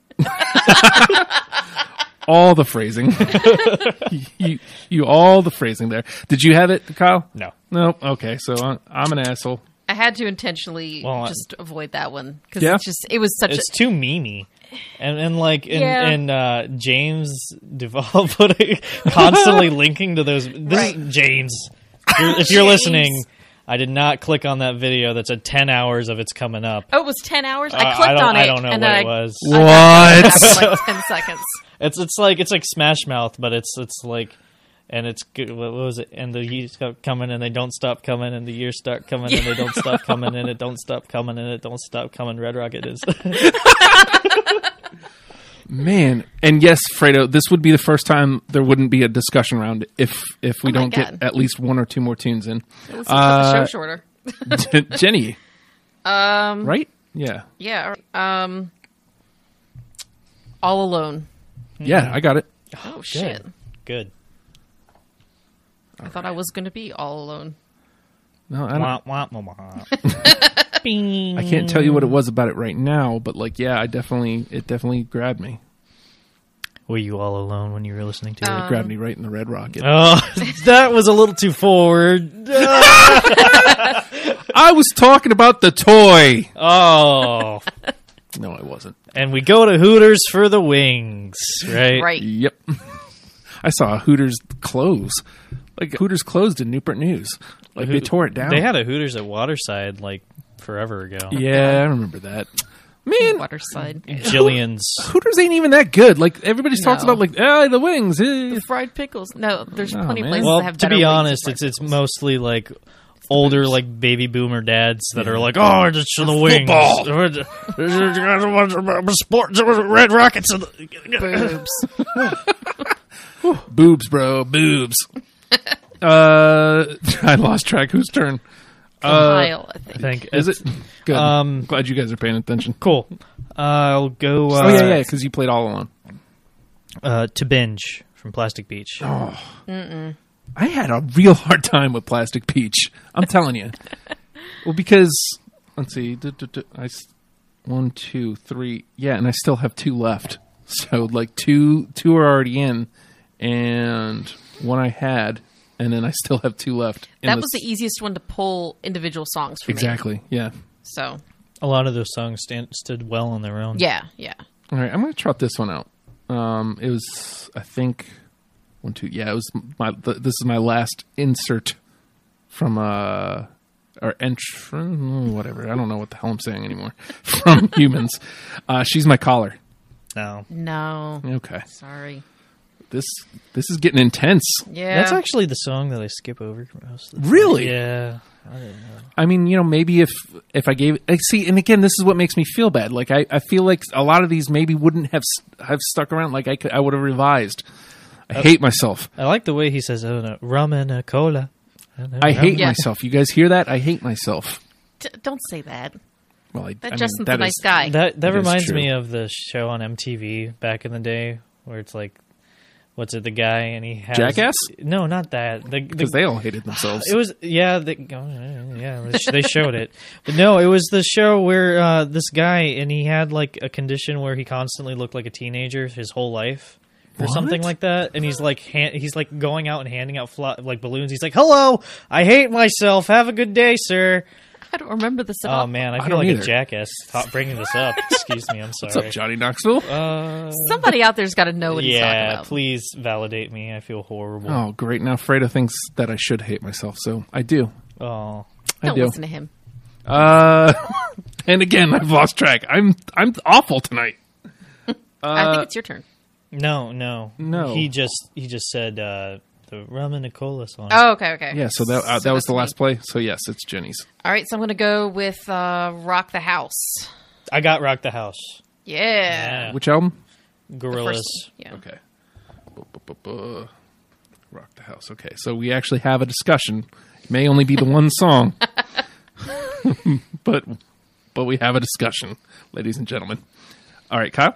all the phrasing, you you all the phrasing there. Did you have it, Kyle?
No.
No. Okay, so I'm, I'm an asshole.
I had to intentionally
Well, I-
just avoid that one because
Yeah.
it's just it was such
It's
a
too memey. And and like and,
Yeah.
and uh, James Duvall put a- constantly linking to those. This
Right.
is James. If you're, if you're
James.
listening, I did not click on that video. That's at ten hours of it's coming up.
oh it was ten hours.
Uh,
I clicked
don't,
on it
I don't know
and
what
then
it
I
was.
What?
after like ten seconds.
It's it's like it's like Smash Mouth, but it's it's like, and it's good. What, what was it? And the years stop coming, and they don't stop coming, and the years start coming, and they don't stop coming, and it don't stop coming, and it don't stop coming. Red Rocket is.
Man, and yes, Fredo, this would be the first time there wouldn't be a discussion round if if we
Oh my
don't get
God.
at least one or two more tunes in.
Let's cut the show
Uh,
shorter.
Jenny, um, right? Yeah,
Yeah. all right. Um. All alone.
yeah, I got it.
Oh shit!
Good. Good.
I thought I was going to be all alone.
No, I, don't,
Wah, wah, wah, wah. Bing.
I can't tell you what it was about it right now, but like, yeah, I definitely it definitely grabbed me.
Were you all alone when you were listening to
It
it?
Um,
grabbed me right in the red rocket.
Oh, that was a little too forward.
I was talking about the toy.
Oh,
No, I wasn't.
and we go to Hooters for the wings, right?
Right.
Yep, I saw a Hooters close. Like Hooters closed in Newport News. Like they
Who-
tore it down.
They had a Hooters at Waterside like forever ago.
yeah, I remember that. Man,
Waterside.
Jillian's.
Hooters ain't even that good. Like everybody's talks
No.
about, like ah, the wings. eh."
Fried pickles. No, there's
Oh,
plenty
man.
of places
well,
that have
to
better
be
wings than
honest,
fried
it's it's
pickles.
mostly like older like baby boomer dads that are like, oh, it's the wings, sports, red rockets. in the-"
boobs.
Boobs, bro, boobs. uh, I lost track. Whose turn? Uh,
Kyle, I think.
Thank
Is it? Good.
Um,
Glad you guys are paying attention.
cool. I'll go. Uh,
oh yeah, yeah, because you played all alone.
Uh, to binge from Plastic Beach.
Oh. I had a real hard time with Plastic Peach. I'm telling you. well, because let's see, duh, duh, duh, I s- one, two, three, yeah, and I still have two left. So like two, two are already in, and one I had, and then I still have two left. in
That
this-
was the easiest one to pull individual songs from.
exactly, yeah.
So
A lot of those songs stand, stood well on their own.
yeah, yeah.
All right, I'm going to trot this one out. Um, it was, I think, one, two. Yeah, it was my. Th- this is my last insert from uh or entrance, mm, whatever. I don't know what the hell I'm saying anymore. From humans, uh, she's my collar.
No,
No,
Okay,
sorry.
this this is getting intense.
Yeah,
that's actually the song that I skip over most. Of the time.
Really?
Yeah.
I mean, you know, maybe if if I gave I see, and again, this is what makes me feel bad. Like I, I feel like a lot of these maybe wouldn't have st- have stuck around. Like I could, I would have revised. I hate myself.
I like the way he says, "Oh no, rum and a cola."
I hate
Yeah.
myself. You guys hear that? I hate myself.
D- don't say that.
Well, I, I
That
mean,
Justin's
that
a nice
is-
guy.
That that
It is
reminds
true.
me of the show on MTV back in the day where it's like, what's it? The guy and he has
Jackass?
No, not that. The, the
because they all hated themselves.
it was yeah, the, oh, yeah. They, sh- they showed it, but no, it was the show where uh, this guy and he had like a condition where he constantly looked like a teenager his whole life. Or
What?
something like that, and he's like hand, he's like going out and handing out fly, like balloons. He's like, "Hello, I hate myself. Have a good day, sir."
I don't remember this at
Oh
all.
man, I,
I
feel
don't
like
either.
a jackass top bringing this up. Excuse me, I'm sorry.
What's up, Johnny Knoxville?
Uh,
Somebody out there's got to know what he's talking
yeah,
about.
please validate me. I feel horrible.
oh, great! Now Freda thinks that I should hate myself, so I do.
Oh.
I
Don't
do.
listen to him.
Uh, and again, I've lost track. I'm I'm awful tonight.
I
Uh,
think it's your turn.
no, no,
No.
He just he just said uh, the rum and a cola song.
Oh, okay, okay.
Yeah, so that uh, that was
that's
the
me.
last play. So yes, it's Jenny's.
All right, so I'm going to go with uh, Rock the House.
I got rock the house.
Yeah.
Yeah.
Which album?
The
Gorillas.
first- yeah.
Okay. Bu-bu-bu-bu. Rock the house. Okay, so we actually have a discussion. It may only be the one song, but but we have a discussion, ladies and gentlemen. All right, Kyle.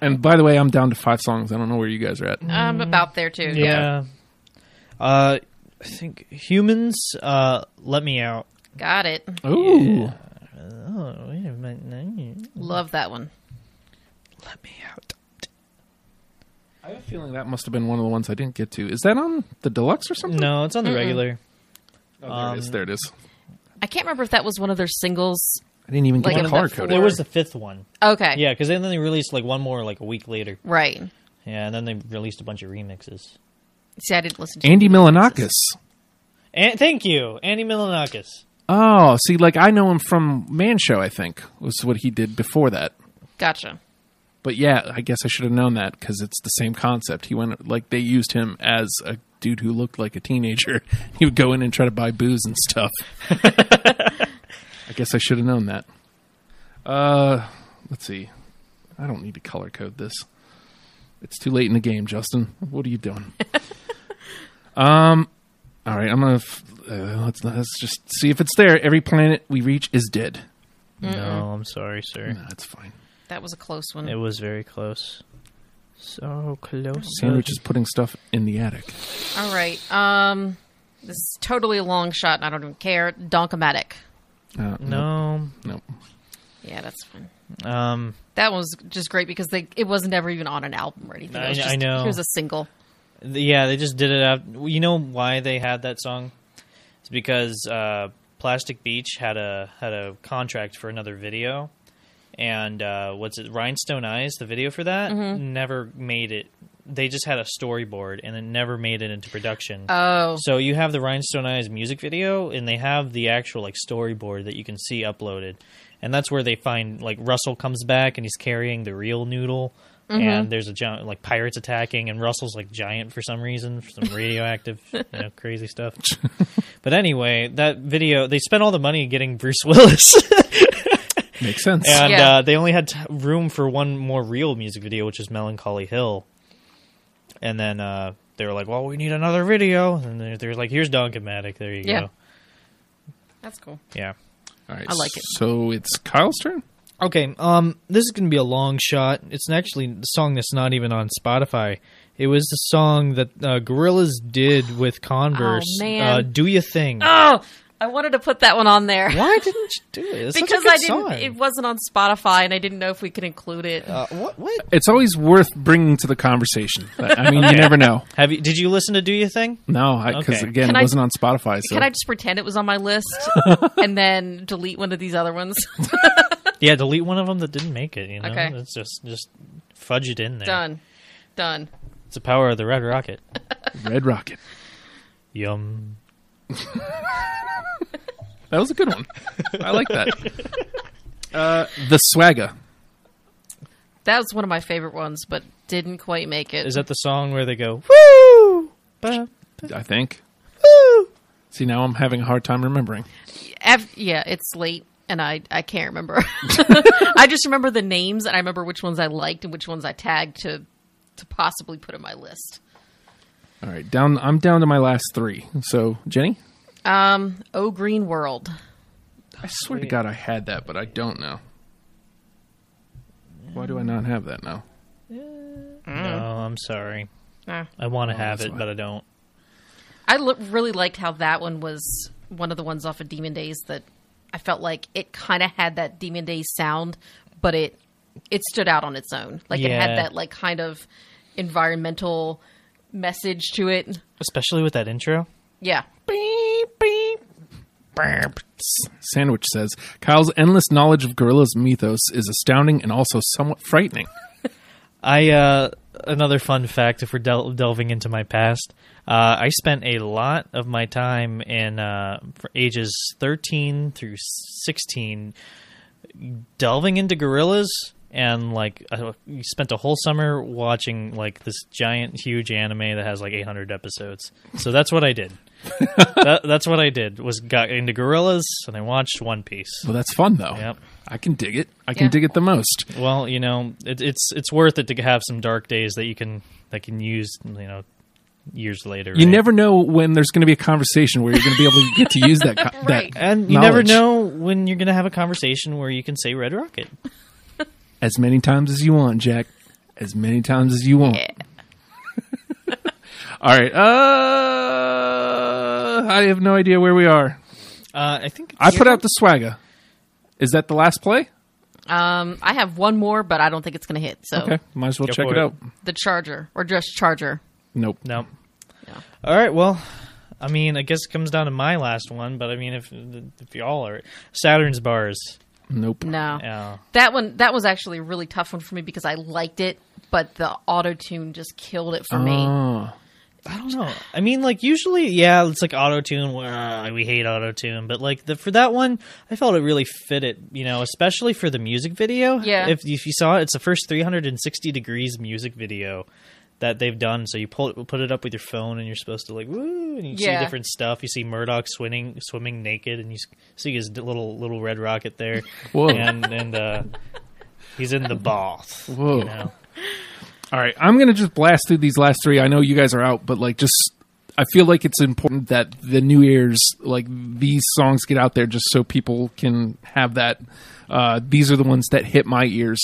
And by the way, I'm down to five songs. I don't know where you guys are at.
I'm about there too.
Yeah. Uh, I think humans. Uh, let me out.
Got it.
Ooh,
Oh wait a minute. no.
Love that one.
Let me out.
I have a feeling that must have been one of the ones I didn't get to. Is that on the deluxe or something?
No, it's on the regular.
Oh, there it is. There it is.
I can't remember if that was one of their singles.
I didn't even get
Like
the
on
color
that
coded.
There was the fifth one.
Okay.
Yeah, because then they released like one more like a week later.
Right.
Yeah, and then they released a bunch of remixes.
See, I didn't listen to
Andy Milanakis.
And thank you, Andy Milanakis.
Oh, see, like I know him from Man Show. I think was what he did before that.
Gotcha.
But yeah, I guess I should have known that because it's the same concept. He went like they used him as a dude who looked like a teenager. He would go in and try to buy booze and stuff. I guess I should have known that. Uh, let's see. I don't need to color code this. It's too late in the game, Justin. What are you doing? um. All right, I'm gonna f- uh, let's let's just see if it's there. Every planet we reach is dead.
No, I'm sorry, sir.
No, that's fine.
That was a close one.
It was very close. So close.
Sandwich is putting stuff in the attic.
All right. Um, this is totally a long shot, and I don't even care. Donkomatic.
Uh,
No.
Nope.
Yeah, that's fine.
Um.
That one was just great because they it was never even on an album or anything. It
I-
was
I
just,
know.
Here's a single.
th- Yeah, they just did it out. You know why they had that song? It's because uh, Plastic Beach had a had a contract for another video, and uh, what's it? Rhinestone Eyes, the video for that, never made it. They just had a storyboard, and it never made it into production.
Oh,
So you have the Rhinestone Eyes music video, and they have the actual like storyboard that you can see uploaded, and that's where they find like Russell comes back and he's carrying the real noodle, and there's a giant like pirates attacking, and Russell's like giant for some reason, for some radioactive, you know, crazy stuff. but anyway, that video they spent all the money getting Bruce Willis,
Makes sense.
and
Yeah.
uh, they only had t- room for one more real music video, which is Melancholy Hill, and then. uh they were like, "Well, we need another video," and they're, they're like, "Here's Don Matic. There you
Yeah.
go."
that's cool.
Yeah.
All right,
I like it.
So it's Kyle's turn.
Okay. Um, this is gonna be a long shot. It's actually the song that's not even on Spotify. It was the song that uh, Gorillaz did with Converse.
Oh, man.
Uh, do you thing?
Oh, I wanted to put that one on there
Why didn't you do it? It's such a
because
good
I didn't.
song.
It wasn't on Spotify, and I didn't know if we could include it.
Uh, what? What?
It's always worth bringing to the conversation. I mean, you never know.
Have you? Did you listen to Do You Thing?
No, because
Okay.
again,
Can
it
I-
wasn't on Spotify. So
Can I just pretend it was on my list and then delete one of these other ones?
Yeah. Delete one of them that didn't make it. You know.
Okay.
It's just just fudge it in there.
Done. Done.
It's the power of the Red Rocket.
Red Rocket.
Yum.
That was a good one. I like that. Uh, the Swagger.
That was one of my favorite ones, but didn't quite make it.
Is that the song where they go woo? Ba,
I think.
woo.
See, now I'm having a hard time remembering.
Ev- yeah, it's late, and I I can't remember. I just remember the names, and I remember which ones I liked and which ones I tagged to to possibly put in my list.
All right, down. I'm down to my last three. So Jenny.
Um, Oh Green World.
I swear to
Wait.
God, I had that, but I don't now. Why do I not have that now?
No, I'm sorry.
Mm. Ah.
I want to have
that's
it,
why.
but I don't.
I l- really liked how that one was one of the ones off of Demon Days that I felt like it kind of had that Demon Days sound, but it it stood out on its own. Like it
Yeah.
had that like kind of environmental message to it.
Especially with that intro.
Yeah.
Sandwich says Kyle's endless knowledge of gorillas' mythos is astounding and also somewhat frightening.
I uh, another fun fact. If we're del- delving into my past, uh, I spent a lot of my time in uh, for ages thirteen through sixteen delving into gorillas, and like I spent a whole summer watching like this giant, huge anime that has like eight hundred episodes. So that's what I did. that, that's what I did was got into gorillas, and I watched One Piece.
Well, that's fun though.
Yep.
I can dig it. I can
Yeah.
dig it the most.
Well, you know, it, it's it's worth it to have some dark days that you can that can use, you know, years later.
You
right?
never know when there's going to be a conversation where you're going to be able to get to use that. co-
Right.
that
and you never
knowledge
know when you're going to have a conversation where you can say Red Rocket.
as many times as you want, Jack. As many times as you want.
Yeah.
All right. Uh, I have no idea where we are.
Uh, I think
I put out the swagger. Is that the last play?
Um, I have one more, but I don't think it's going to hit. So
Okay, might as well
Go
check
for
it
it.
out.
the Charger or just Charger.
Nope.
no.
Yeah.
All right, well, I mean, I guess it comes down to my last one, but I mean, if if y'all are Saturn's bars,
Nope.
No.
yeah,
That one that was actually a really tough one for me because I liked it, but the auto tune just killed it for me.
Oh,
I don't know. I mean, like usually, yeah, it's like auto tune. we hate auto tune, but like the, for that one, I felt it really fit it. You know, especially for the music video.
Yeah.
If if you saw it, it's the first 360 degrees music video that they've done. So you pull it, put it up with your phone, and you're supposed to like woo, and you
Yeah.
see different stuff. You see Murdoch swimming swimming naked, and you s- see his d- little little red rocket there.
Whoa.
And and uh, he's in the bath.
Whoa.
You know?
All right. I'm going to just blast through these last three. I know you guys are out, but like just I feel like it's important that the new ears like these songs get out there just so people can have that uh, these are the ones that hit my ears.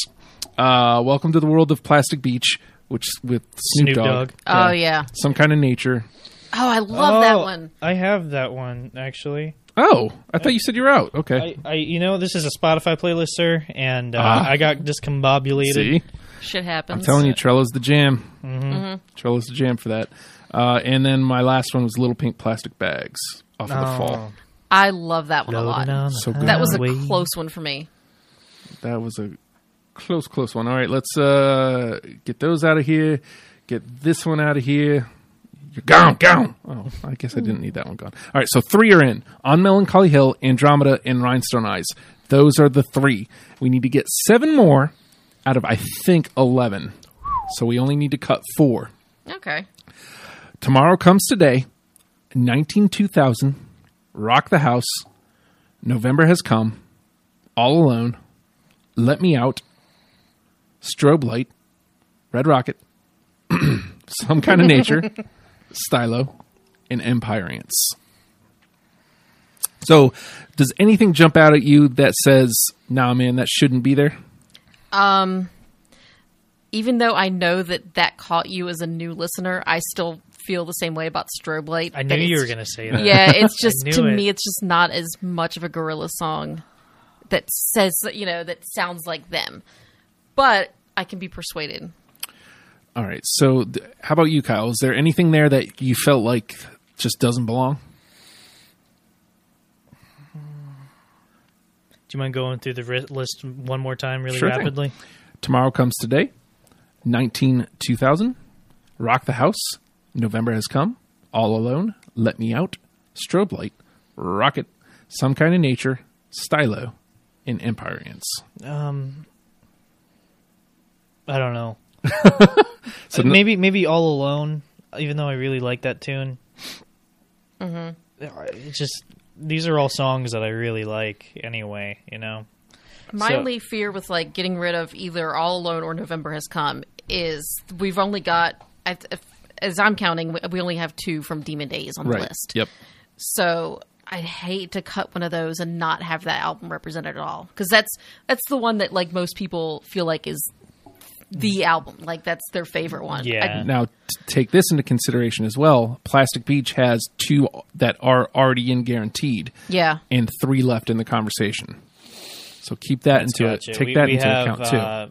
Uh, welcome to the world of Plastic Beach, which with Snoop,
Snoop
Dogg.
Dogg.
Oh yeah.
Some kind of nature.
Oh, I love that
Oh,
one.
I have that one actually.
Oh, I thought you said you're out. Okay.
I, I you know this is a Spotify playlist, sir, and uh,
Ah.
I got discombobulated.
See?
Shit happens.
I'm telling you, Trello's the jam. Mm-hmm. Trello's the jam for that. Uh, and then my last one was Little Pink Plastic Bags off of the
Oh.
fall.
I love that one a lot.
Loading on
So
the
good.
That was a
highway.
close one for me.
That was a close, close one. All right, let's uh, get those out of here. Get this one out of here. You're gone, gone. Oh, I guess I didn't need that one gone. All right, so three are in on Melancholy Hill, Andromeda, and Rhinestone Eyes. Those are the three. We need to get seven more out of I think eleven. So we only need to cut four.
Okay.
Tomorrow Comes Today, 19 2000, Rock the House, November Has Come, All Alone, Let Me Out, Strobe Light, Red Rocket, Some Kind of Nature, Stylo, and Empire Ants. So, does anything jump out at you that says, nah, man, that shouldn't be there?
Even though I know that that caught you as a new listener, I still feel the same way about Strobe Light.
I
that
knew you
it's-
were gonna say that.
Yeah, it's just
knew
to
it.
me, it's just not as much of a gorilla song that says you know that sounds like them, but I can be persuaded.
All right. So, th- how about you, Kyle? Is there anything there that you felt like just doesn't belong?
Do you mind going through the ri- list one more time, really
Sure thing.
rapidly?
Tomorrow Comes Today, 19 2000, Rock the House, November Has Come, All Alone, Let Me Out, Strobe Light, Rocket, Some Kind of Nature, Stylo, and Empire Ants.
Um, I don't know.
So
Uh,
no-
maybe maybe all alone. Even though I really like that tune, mm-hmm. it's just these are all songs that I really like anyway. You know,
My
So-
only fear with like getting rid of either All Alone or November Has Come is we've only got, I- if- as I'm counting, we- we only have two from Demon Days on the
Right.
list.
Yep.
So I'd hate to cut one of those and not have that album represented at all because that's that's the one that like most people feel like is
Mm.
the album like that's their favorite one
Yeah.
Now, t- take this into consideration as well. Plastic Beach has two that are already in guaranteed,
yeah
and three left in the conversation. So keep that into
Gotcha.
take
we,
that
we
into
have,
account too.
Uh,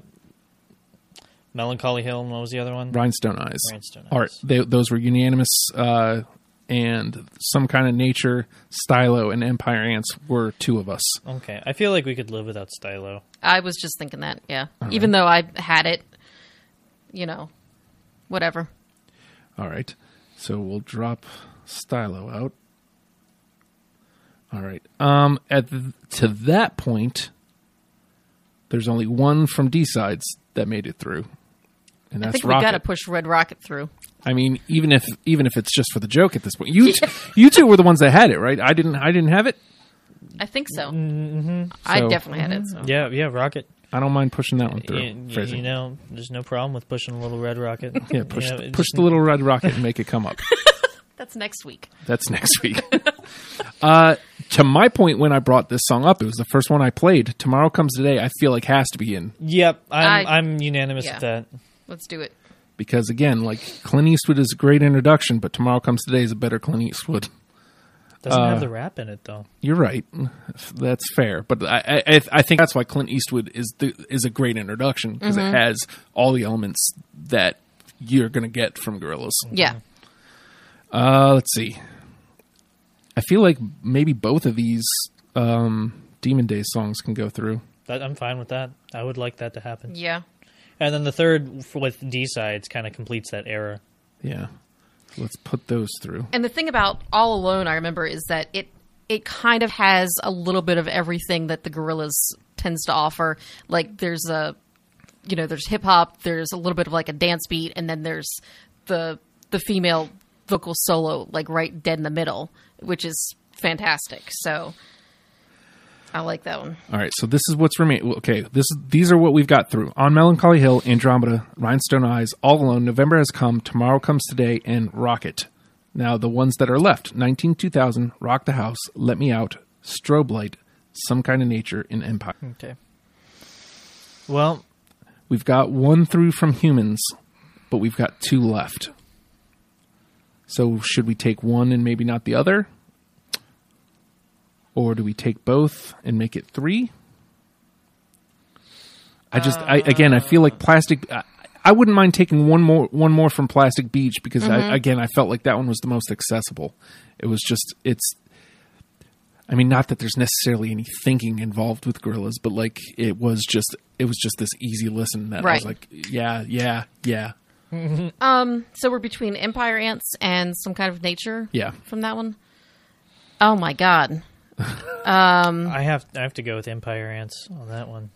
Melancholy Hill and what was the other one?
Rhinestone Eyes,
Rhinestone Eyes.
art. They, those were unanimous, uh, and some kind of nature, Stylo, and Empire Ants were two of us.
Okay, I feel like we could live without Stylo.
I was just thinking that yeah even though I had it you know whatever
All right, so we'll drop Stylo out. All right. Um, at th- to that point, there's only one from D sides that made it through, and
I
that's
think we
Rocket.
got to push Red Rocket through
I mean, even if even if it's just for the joke at this point, you t- you two were the ones that had it, right? I didn't. I didn't have it.
I think so mm-hmm. I
So- Mm-hmm.
definitely had it so.
Yeah, yeah, Rocket.
I don't mind pushing that one through.
You,
Phrasing.
you know, there's no problem with pushing a little red rocket.
yeah, push
You know,
the,
it
push
just-
the little red rocket and make it come up.
that's next week
That's next week. uh, to my point, when I brought this song up, it was the first one I played. Tomorrow comes today. I feel like has to be in
Yep, I'm,
I-
I, am unanimous with
yeah.
that.
let's do it
because again, like Clint Eastwood is a great introduction, but Tomorrow Comes Today is a better Clint Eastwood.
Doesn't
Uh,
have the rap in it though.
You're right. That's fair, but I I, I think that's why Clint Eastwood is the, is a great introduction because it has all the elements that you're gonna get from Gorillas.
yeah
Uh, let's see. I feel like maybe both of these um, Demon Days songs can go through.
That, I'm fine with that. I would like that to happen.
yeah
And then the third f- with D sides kind of completes that era.
Yeah. So let's put those through.
And the thing about All Alone, I remember, is that it it kind of has a little bit of everything that the Gorillas tends to offer. Like there's a you know there's hip hop, there's a little bit of like a dance beat, and then there's the the female vocal solo like right dead in the middle, which is fantastic. So I like that one.
All right. So this is what's remaining. Okay. This is, these are what we've got through. On Melancholy Hill, Andromeda, Rhinestone Eyes, All Alone, November Has Come, Tomorrow Comes Today, and Rocket. Now the ones that are left: 19, 2000, Rock the House, Let Me Out, Strobe Light, Some Kind of Nature, and Empire.
Okay. Well,
We've got one through from humans, but we've got two left. So should we take one and maybe not the other? Or do we take both and make it three? I just I again I feel like plastic I, I wouldn't mind taking one more one more from Plastic Beach because I, again I felt like that one was the most accessible. It was just it's I mean, not that there's necessarily any thinking involved with gorillas, but like it was just it was just this easy listen that I was
Right.
like, yeah, yeah, yeah,
So we're between Empire Ants and some kind of nature.
yeah.
From that one. Oh my god. Mm.
I have I have to go with Empire Ants on that one.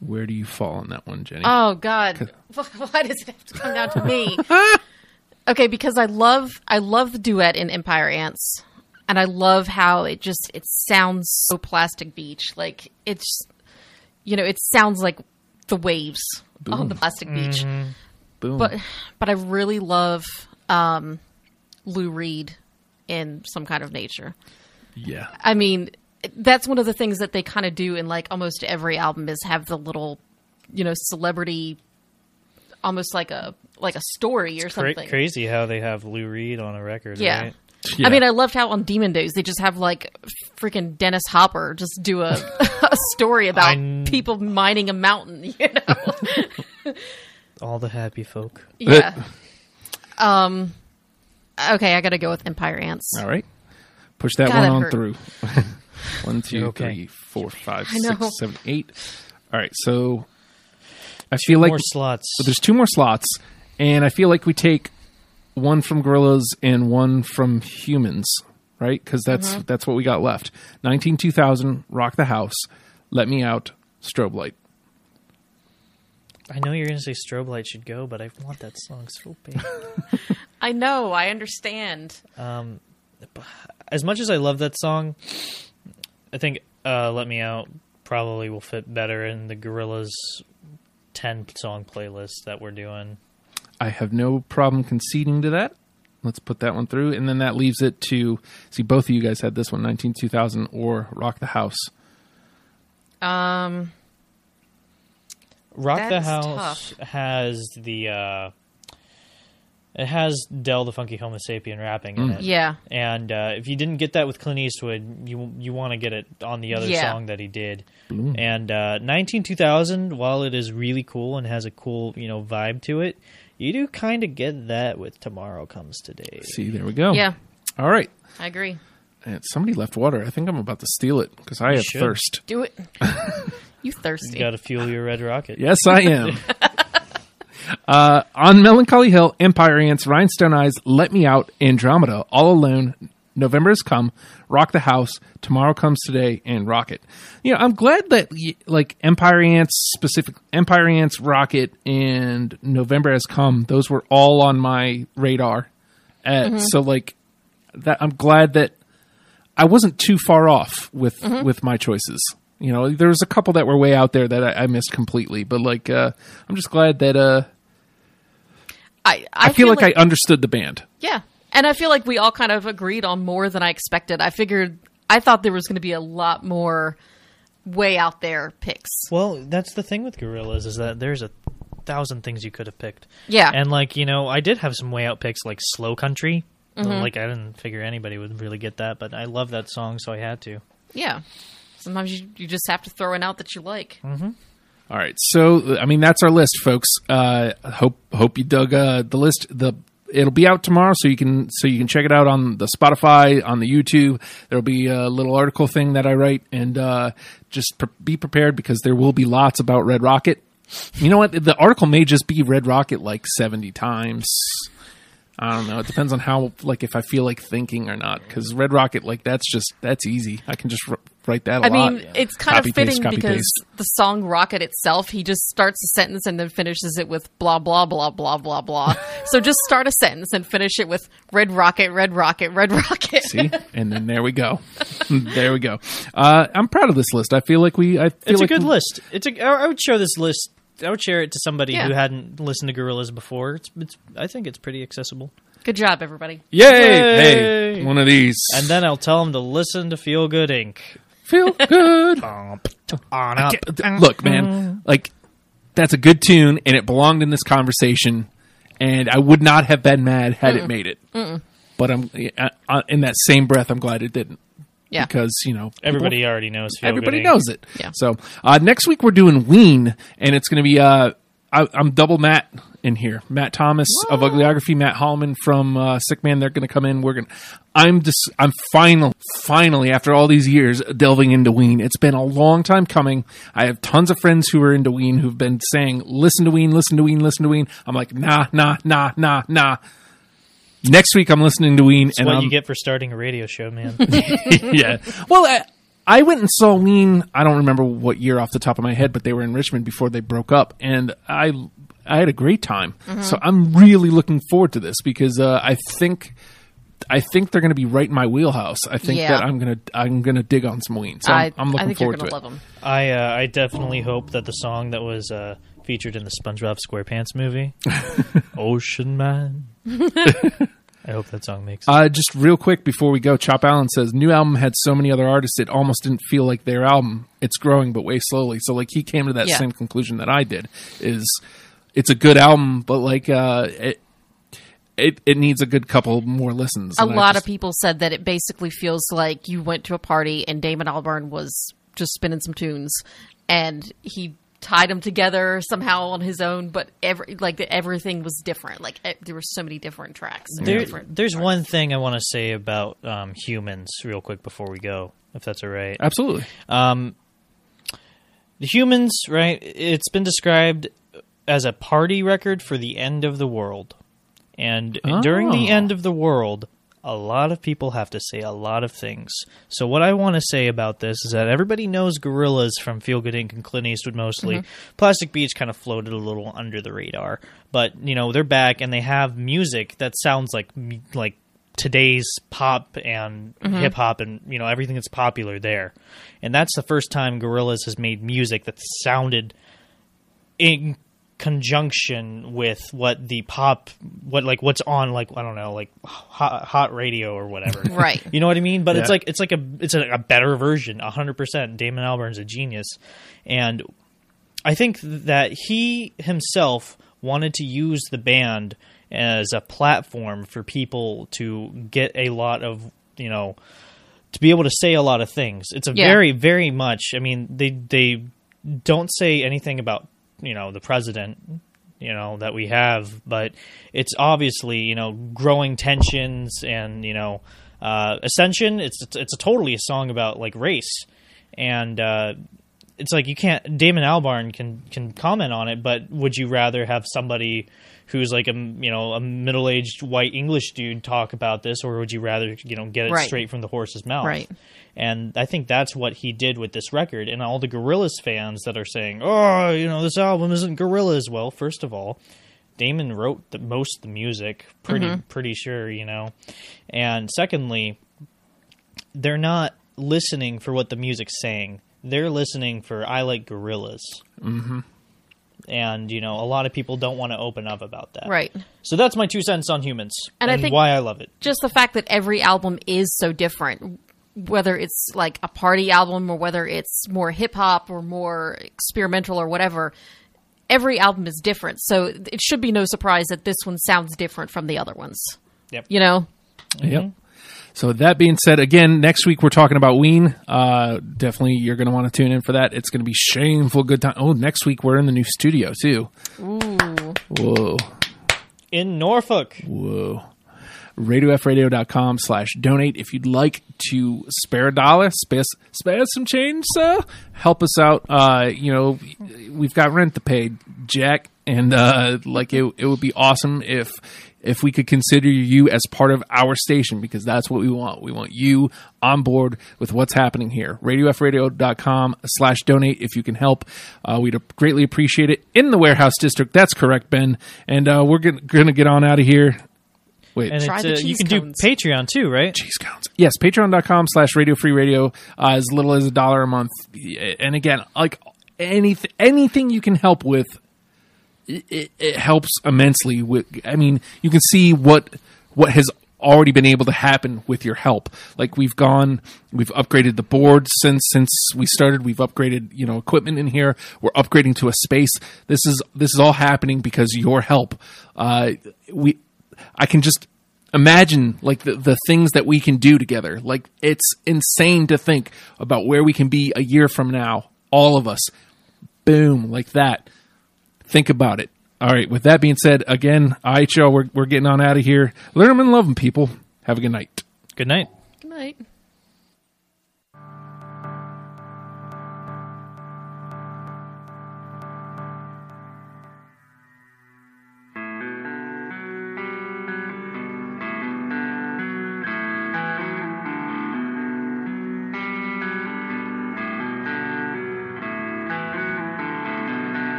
Where do you fall on that one, Jenny?
Oh God! Why does it have to come down to me? okay, because I love I love the duet in Empire Ants, and I love how it just it sounds so Plastic Beach. Like it's you know it sounds like the waves on the Plastic Beach.
Boom.
But but I really love um, Lou Reed in some kind of nature.
yeah,
I mean, that's one of the things that they kind of do in like almost every album is have the little, you know, celebrity, almost like a like a story or
Cra-
something.
crazy how they have Lou Reed on a record.
Yeah.
Right?
Yeah.
I mean, I loved how on Demon Days they just have like freaking Dennis Hopper just do a, a story about
I kn-
people mining a mountain. You know,
All the happy folk.
yeah. um, okay, I got to go with Empire Ants.
all right. Push that
God,
one
that
on
hurt.
through. one, two,
okay.
three, four, five,
I know.
six, seven, eight. All right, so I feel like
More slots.
But there's two more slots, and I feel like we take one from gorillas and one from humans, right? Because
Mm-hmm.
that's that's what we got left. Nineteen two thousand, rock the house, let me out, strobe light.
I know you're gonna say Strobe Light should go, but I want that song so bad.
I know, I understand.
as much as I love that song, I think uh, "Let Me Out" probably will fit better in the Gorillas ten song playlist that we're doing.
I have no problem conceding to that. Let's put that one through, and then that leaves it to see. Both of you guys had this one, 19 2000 or Rock the House.
Um,
Rock the
That's
House has the uh, it has Dell the Funky Homo Sapien rapping in it.
yeah.
And uh, if you didn't get that with Clint Eastwood, you you want to get it on the other
Yeah.
song that he did. And uh, 19 2000, while it is really cool and has a cool you know vibe to it, you do kind of get that with Tomorrow Comes Today.
See, there we
Oh.
go.
Yeah.
All right.
I agree.
And somebody left water. I think I'm about to steal it because I have
should.
thirst.
Do it. you thirsty.
You got to fuel your red rocket.
Yes, I am. uh, on Melancholy Hill, Empire Ants, Rhinestone Eyes, Let Me Out, Andromeda, All Alone, November Has Come, Rock the House, Tomorrow Comes Today, and Rocket. You know, I'm glad that y- like Empire Ants specific, Empire Ants, Rocket, and November Has Come. Those were all on my radar. Uh, So like that, I'm glad that I wasn't too far off with with my choices. You know, there was a couple that were way out there that I, I missed completely, but like uh, I'm just glad that uh,
I,
I, feel, like, I understood the band.
Yeah. And I feel like we all kind of agreed on more than I expected. I figured, I thought there was going to be a lot more way out there picks.
Well, that's the thing with gorillas is that there's a thousand things you could have picked.
Yeah.
And like, you know, I did have some way out picks like Slow Country.
Mm-hmm.
Like I didn't figure anybody would really get that, but I love that song so I had to.
Yeah. Sometimes you, you just have to throw it out that you like.
Mm-hmm. All right, so I mean that's our list, folks. Uh, hope hope you dug uh, the list. The it'll be out tomorrow, so you can so you can check it out on the Spotify, on the YouTube. There'll be a little article thing that I write, and uh, just pre- be prepared because there will be lots about Red Rocket. You know what? The article may just be Red Rocket like seventy times. I don't know. It depends on how like if I feel like thinking or not. Because Red Rocket like that's just that's easy. I can just r- write that. a
I
lot.
mean, it's kind
Copy,
of
paste,
fitting
copy,
because
paste.
the song Rocket itself, he just starts a sentence and then finishes it with blah, blah, blah, blah, blah, blah. so just start a sentence and finish it with Red Rocket, Red Rocket, Red Rocket.
See, and then there we go, there we go. Uh, I'm proud of this list. I feel like we. I feel
It's
like
a good
we-
list. It's a I I would show this list I would share it to somebody
Yeah.
who hadn't listened to gorillas before. It's, it's I think it's pretty accessible.
Good job, everybody.
Yay!
Yay!
Hey, one of these,
And then I'll tell them to listen to Feel Good Inc.
feel good.
On up.
Look, man, like that's a good tune, and it belonged in this conversation. And I would not have been mad had it made it. But I'm I, I, in that same breath. I'm glad it didn't
Yeah.
because you know people-
Everybody already knows Feel
Everybody
Good Inc.
knows it.
Yeah.
So uh, next week we're doing Ween, and it's going to be uh, I, I'm double Matt in here. Matt Thomas of Ugliography, Matt Hallman from uh, Sick Man. They're going to come in. We're going. to I'm just. I'm final. Finally, after all these years delving into Ween, it's been a long time coming. I have tons of friends who are into Ween who've been saying, "Listen to Ween, listen to Ween, listen to Ween." I'm like, nah, nah, nah, nah, nah. Next week I'm listening to Ween, and
What
I'm
you get for starting a radio show, man.
yeah. Well, I, I went and saw Ween. I don't remember what year off the top of my head, but they were in Richmond before they broke up, and I I had a great time.
Mm-hmm.
So I'm really looking forward to this because uh, I think. I think they're going to be right in my wheelhouse. I think
Yeah.
that I'm going to I'm going to dig on some Ween. So I'm, I'm looking
I think
forward
you're
to
gonna
it.
love them.
I uh, I definitely hope that the song that was uh, featured in the SpongeBob SquarePants movie, Ocean Man. I hope that song makes. it.
Uh, just real quick before we go, Chop Allen says new album had so many other artists it almost didn't feel like their album. It's growing but way slowly. So like he came to that
Yeah.
same conclusion that I did is it's a good album, but like uh, it it it needs a good couple more listens.
a
And I
lot
just-
of people said that it basically feels like you went to a party and Damon Albarn was just spinning some tunes and he tied them together somehow on his own but every like everything was different like e- there were so many different tracks and
There,
different
there's one thing I want to say about um, humans, real quick, before we go, if that's all right.
absolutely.
Mm-hmm.
Um, the humans, right? It's been described as a party record for the end of the world, and during the
Oh.
end of the world, a lot of people have to say a lot of things. So what I want to say about this is that everybody knows gorillas from Feel Good Inc. and Clint Eastwood mostly. Plastic Beach kind of floated a little under the radar, but you know they're back and they have music that sounds like m- like today's pop and hip hop and you know everything that's popular there. And that's the first time Gorillaz has made music that sounded in conjunction with what the pop what like what's on like I don't know like hot, hot radio or whatever.
Right.
You know what I mean? But it's
Yeah.
like it's like a it's a, a better version, 100%. Damon Albarn's a genius and I think that he himself wanted to use the band as a platform for people to get a lot of, you know, to be able to say a lot of things. It's a
Yeah.
very, very much. I mean, they they don't say anything about you know the president, you know that we have, but it's obviously you know growing tensions and you know uh, ascension. It's it's a totally a song about like race, and uh, it's like you can't. Damon Albarn can can comment on it, but would you rather have somebody? Who's like a you know a middle aged white English dude talk about this, or would you rather you know get it
Right.
straight from the horse's mouth?
Right.
And I think that's what he did with this record. And all the Gorillaz fans that are saying, "Oh, you know, this album isn't Gorillaz." Well, first of all, Damon wrote the most of the music, pretty
Mm-hmm.
pretty sure, you know. And secondly, they're not listening for what the music's saying. They're listening for "I like Gorillaz." Mm-hmm. And you know, a lot of people don't want to open up about that.
Right.
So that's my two cents on humans
And I think-
why I love it.
just the fact that every album is so different whether it's like a party album or whether it's more hip hop or more experimental or whatever every album is different so it should be no surprise that this one sounds different from the other ones
Yep.
you know
Yep. So that being said, again, next week we're talking about Ween. Uh, definitely, you're going to want to tune in for that. It's going to be shameful good time. Oh, next week we're in the new studio too. Ooh. Whoa,
In Norfolk.
whoa. RadioFradio.com slash donate. If you'd like to spare a dollar, spare, spare some change, sir, help us out. Uh, you know, we've got rent to pay, Jack. And uh, like it, it would be awesome if if we could consider you as part of our station because that's what we want. We want you on board with what's happening here. RadioFradio.com slash donate if you can help. Uh, we'd greatly appreciate it in the warehouse district. That's correct, Ben. And uh, we're going to get on out of here. Wait,
And
Try
it's,
the
uh, you
cheese
can
cones.
do Patreon too, right?
cheese counts. Yes, patreon.com slash radio free radio, uh, as little as a dollar a month. And again, like anything, anything you can help with, it, it, it helps immensely with, I mean, you can see what, what has already been able to happen with your help. Like we've gone, we've upgraded the board since, since we started, we've upgraded, you know, equipment in here. We're upgrading to a space. This is, this is all happening because your help. Uh, we, I can just imagine like the, the things that we can do together like it's insane to think about where we can be a year from now all of us boom like that think about it all right with that being said again ihl we're, we're getting on out of here learn them and love them people have a good night
Good night.
good night